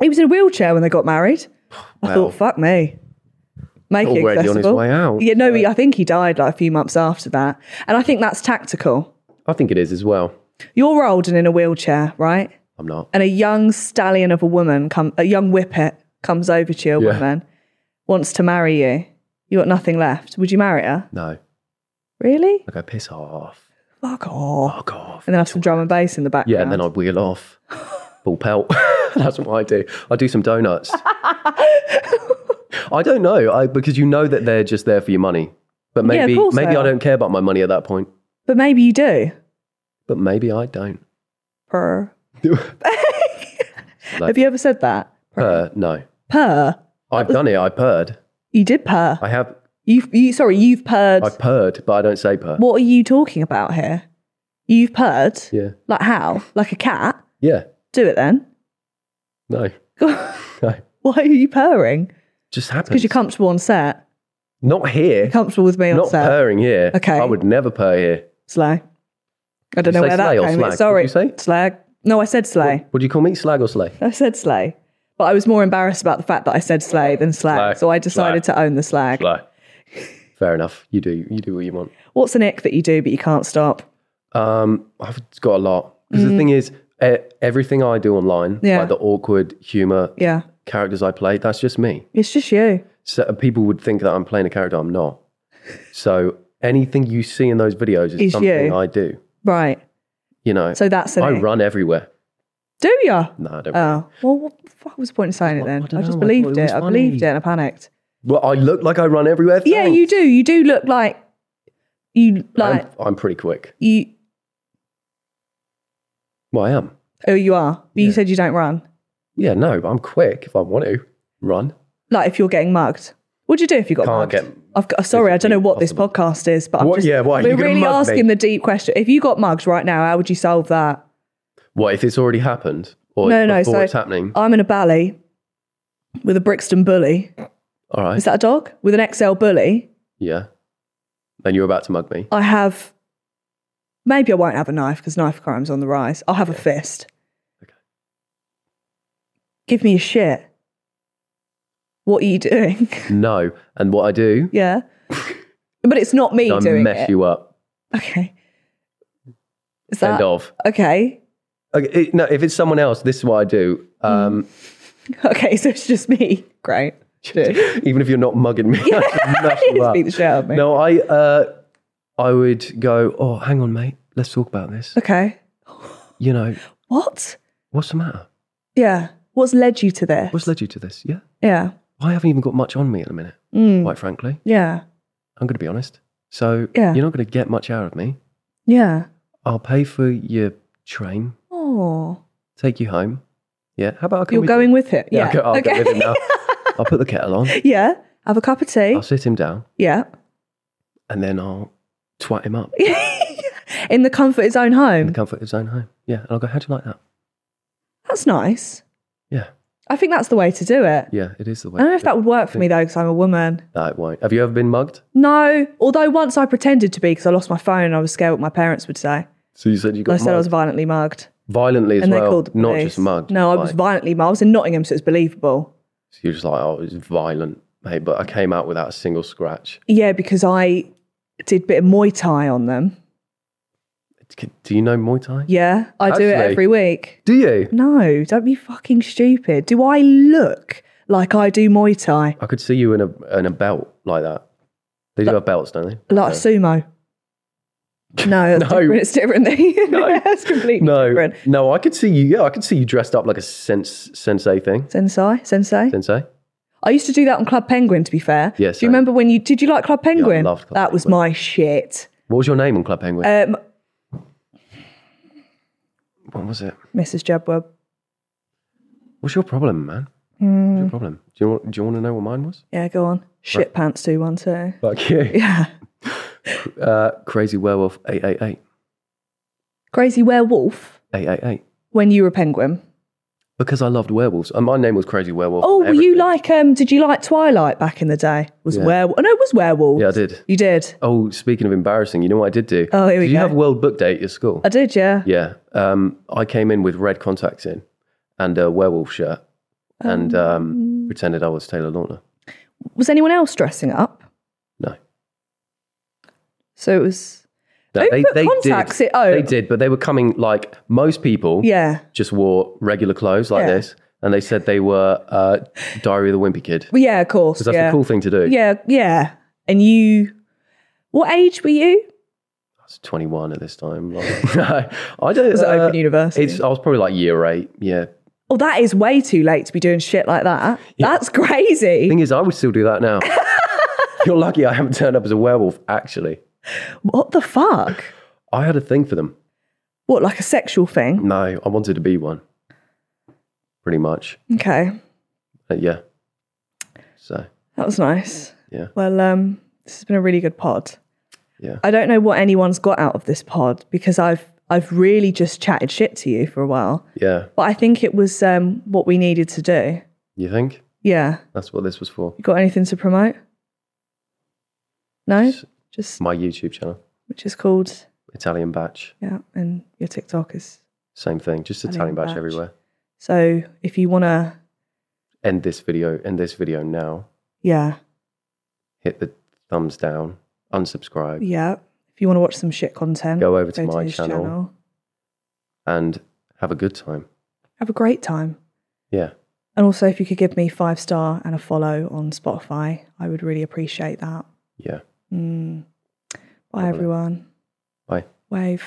B: He was in a wheelchair when they got married. I
C: Wow.
B: thought, fuck me. Make it
C: Already on his
B: accessible.
C: way out.
B: Yeah, no, he, I think he died like a few months after that. And I think that's tactical.
C: I think it is as well.
B: You're old and in a wheelchair, right?
C: I'm not.
B: And a young stallion of a woman, come, a young whippet comes over to you, a
C: Yeah.
B: woman, wants to marry you. You got nothing left. Would you marry her?
C: No.
B: Really?
C: I go piss off.
B: Fuck off.
C: Fuck off.
B: And then have some drum and bass in the background.
C: Yeah, and then I wheel off. Full pelt. That's what I do. I do some donuts. I don't know. I because you know that they're just there for your money. But
B: Yeah, of
C: maybe
B: course
C: maybe
B: they
C: I
B: are.
C: don't care about my money at that point.
B: But maybe you do.
C: But maybe I don't.
B: Purr.
C: Like-
B: Have you ever said that?
C: Purr, no.
B: Purr.
C: I've done it. I purred.
B: You did purr.
C: I have
B: You've, you sorry, you've purred.
C: I purred, but I don't say purr.
B: What are you talking about here? You've purred?
C: Yeah.
B: Like how? Like a cat?
C: Yeah.
B: Do it then.
C: No. No.
B: Why are you purring?
C: Just happens.
B: Because you're comfortable on set.
C: Not here.
B: You're comfortable with me on
C: Not
B: set.
C: purring here.
B: Okay.
C: I would never purr here.
B: Slay. I
C: Did
B: don't
C: you
B: know
C: say
B: where that
C: slay or
B: came.
C: slag?
B: Sorry.
C: Did you say?
B: Slag. No, I said slay.
C: Would you call me slag or slay?
B: I said slay. But I was more embarrassed about the fact that I said slay than slag.
C: Slag.
B: So I decided
C: Slag.
B: to own the slag.
C: Slay. Fair enough. You do. You do what you want.
B: What's an ick that you do but you can't stop?
C: Um, I've got a lot because the thing is, e- everything I do online,
B: Mm. Yeah.
C: like the awkward humor
B: Yeah.
C: characters I play, that's just me.
B: It's just you.
C: So uh, people would think that I'm playing a character I'm not. So anything you see in those videos is
B: Is
C: something
B: you.
C: I do.
B: Right.
C: You know.
B: So that's an
C: I
B: ick.
C: run everywhere.
B: Do ya?
C: No, I don't.
B: Oh, well, what the fuck was the point of saying it
C: I- I
B: then?
C: don't
B: I, just
C: know, I
B: believed
C: thought it
B: it.
C: was
B: I believed it and
C: funny.
B: I panicked.
C: Well, I look like I run everywhere.
B: Yeah, you do. You do look like you
C: I'm,
B: like
C: I'm pretty quick.
B: you.
C: Well, I am.
B: Oh, you are. But you said you don't run.
C: Yeah, no, I'm quick if I want to run.
B: Like if you're getting mugged. What'd you do if you got
C: Can't
B: mugged?
C: get-
B: I've got, sorry, I don't know what
C: Possible.
B: this podcast is, but I'm
C: What-
B: just,
C: yeah, why are you
B: we're
C: gonna
B: really
C: mug me?
B: asking the deep question. If you got mugged right now, how would you solve that?
C: What if it's already happened or
B: no, no.
C: before
B: So
C: it's happening?
B: I'm in a ballet with a Brixton bully.
C: All right.
B: Is that a dog? With an XL bully.
C: yeah. Then you're about to mug me.
B: I have. Maybe I won't have a knife because knife crime's on the rise. I'll have a fist. Give me a shit. What are you doing?
C: No. And what I do,
B: yeah. But it's not me
C: I
B: doing
C: mess
B: it.
C: you up.
B: Okay. Is
C: End
B: that
C: of.
B: okay?
C: Okay, it- no, if it's someone else, this is what I do.
B: Mm.
C: Um,
B: Okay, so it's just me. Great. Dude.
C: Even if you're not mugging me, I just mess you
B: Just
C: up.
B: beat the shit out of me.
C: No, I, uh, I would go, oh, hang on, mate. Let's talk about this.
B: Okay.
C: You know,
B: What?
C: What's the matter?
B: Yeah. What's led you to this?
C: What's led you to this? Yeah.
B: Yeah.
C: I haven't even got much on me at the minute,
B: Mm.
C: quite frankly.
B: Yeah.
C: I'm going to be honest. So
B: Yeah.
C: you're not going to get much out of me.
B: Yeah.
C: I'll pay for your train,
B: Oh.
C: take you home. Yeah. How about I come
B: You're
C: with
B: going
C: you?
B: with him?
C: Yeah,
B: Yeah.
C: I'll go- I'll go with him now. I'll put the kettle on.
B: yeah. Have a cup of tea.
C: I'll sit him down,
B: Yeah.
C: and then I'll twat him up
B: In the comfort of his own
C: in the
B: home.
C: comfort of his own home. Yeah. And I'll go, how do you like that?
B: That's nice.
C: Yeah.
B: I think that's the way to do it.
C: Yeah. It is the way.
B: I don't know if that would work for me though, because I'm a woman.
C: No, it won't. Have you ever been mugged?
B: No, although once I pretended to be because I lost my phone and I was scared what my parents would say.
C: So you said you
B: And
C: got
B: I said I was
C: mugged.
B: violently mugged.
C: violently as
B: and they
C: well,
B: called the
C: not
B: police.
C: just mugged.
B: No, I was
C: like-
B: violently mugged. I was in Nottingham, so it's believable.
C: So you're just like, oh, it's violent, mate. But I came out without a single scratch.
B: Yeah, because I did a bit of Muay Thai on them.
C: C- Do you know Muay Thai?
B: Yeah, I do it
C: Actually-
B: every week.
C: Do you?
B: No, don't be fucking stupid. Do I look like I do Muay Thai?
C: I could see you in a in a belt like that. They do have belts, don't they?
B: Like sumo? No, that's
C: No.
B: different. it's different.
C: No.
B: yeah, it's completely
C: No,
B: different.
C: no. I could see you. Yeah, I could see you dressed up like a sense sensei thing.
B: Sensei, sensei.
C: Sensei.
B: I used to do that on Club Penguin. To be fair,
C: Yeah,
B: Do you
C: same.
B: remember when you did you like Club Penguin?
C: loved Club
B: that was
C: Penguin.
B: my shit.
C: What was your name on Club Penguin?
B: Um,
C: what was it?
B: Mrs. Jabweb.
C: What's your problem, man? What's
B: Mm.
C: your problem? Do you want, do you want to know what mine was?
B: Yeah, go on. Shit pants two one two.
C: Like you,
B: Yeah,
C: uh, crazy werewolf eight eight eight
B: crazy werewolf.
C: eight eight eight.
B: When you were a penguin.
C: Because I loved werewolves, and my name was Crazy Werewolf.
B: Oh,
C: and
B: were you
C: everything.
B: like? Um, did you like Twilight back in the day? Was
C: Yeah.
B: werewolf? Oh, no, it was werewolf.
C: Yeah, I did.
B: You did.
C: Oh, speaking of embarrassing, you know what I did do?
B: Oh, here we
C: did you
B: go. Uh,
C: have World Book Day at your school?
B: I did. Yeah.
C: yeah. Um, I came in with red contacts in and a werewolf shirt and um, pretended I was Taylor Lautner.
B: Was anyone else dressing up?
C: No.
B: So it was.
C: No,
B: Who put contacts
C: did.
B: in- oh.
C: They did, but they were coming like most people
B: Yeah.
C: just wore regular clothes like
B: Yeah.
C: this. And they said they were uh, Diary of the Wimpy Kid.
B: Well, yeah, of course.
C: Because that's
B: yeah.
C: the cool thing to do.
B: Yeah, yeah. And you, what age were you?
C: I was 21 at this time. Like, I don't
B: Was it Open University?
C: Uh, It's, I was probably like year eight. Yeah.
B: Oh, that is way too late to be doing shit like that. That's
C: The
B: crazy.
C: thing is, I would still do that now. You're lucky I haven't turned up as a werewolf, actually.
B: What the fuck?
C: I had a thing for them.
B: What, like a sexual thing?
C: No, I wanted to be one. Pretty much.
B: Okay,
C: Uh, yeah. So,
B: that was nice.
C: yeah.
B: Well, um, this has been a really good pod.
C: Yeah.
B: I don't know what anyone's got out of this pod because I've I've really just chatted shit to you for a while.
C: Yeah.
B: But I think it was um, what we needed to do.
C: You think?
B: Yeah.
C: That's what this was for?
B: You got anything to promote? No? Just
C: My YouTube channel,
B: which is called
C: Italian Batch.
B: Yeah, and your TikTok is
C: Same thing, just
B: Italian
C: Italian, batch,
B: Batch.
C: everywhere.
B: so. If you wanna,
C: End this video, end this video now.
B: yeah,
C: Hit the thumbs down, unsubscribe,
B: yeah. If you wanna watch some shit content,
C: Go over to my
B: his
C: channel. and have a good time.
B: Have a great time.
C: Yeah.
B: And also, if you could give me five star and a follow on Spotify, I would really appreciate that.
C: Yeah.
B: Mm. Bye,
C: Lovely.
B: everyone.
C: Bye.
B: Wave.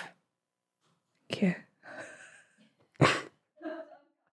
B: Thank you.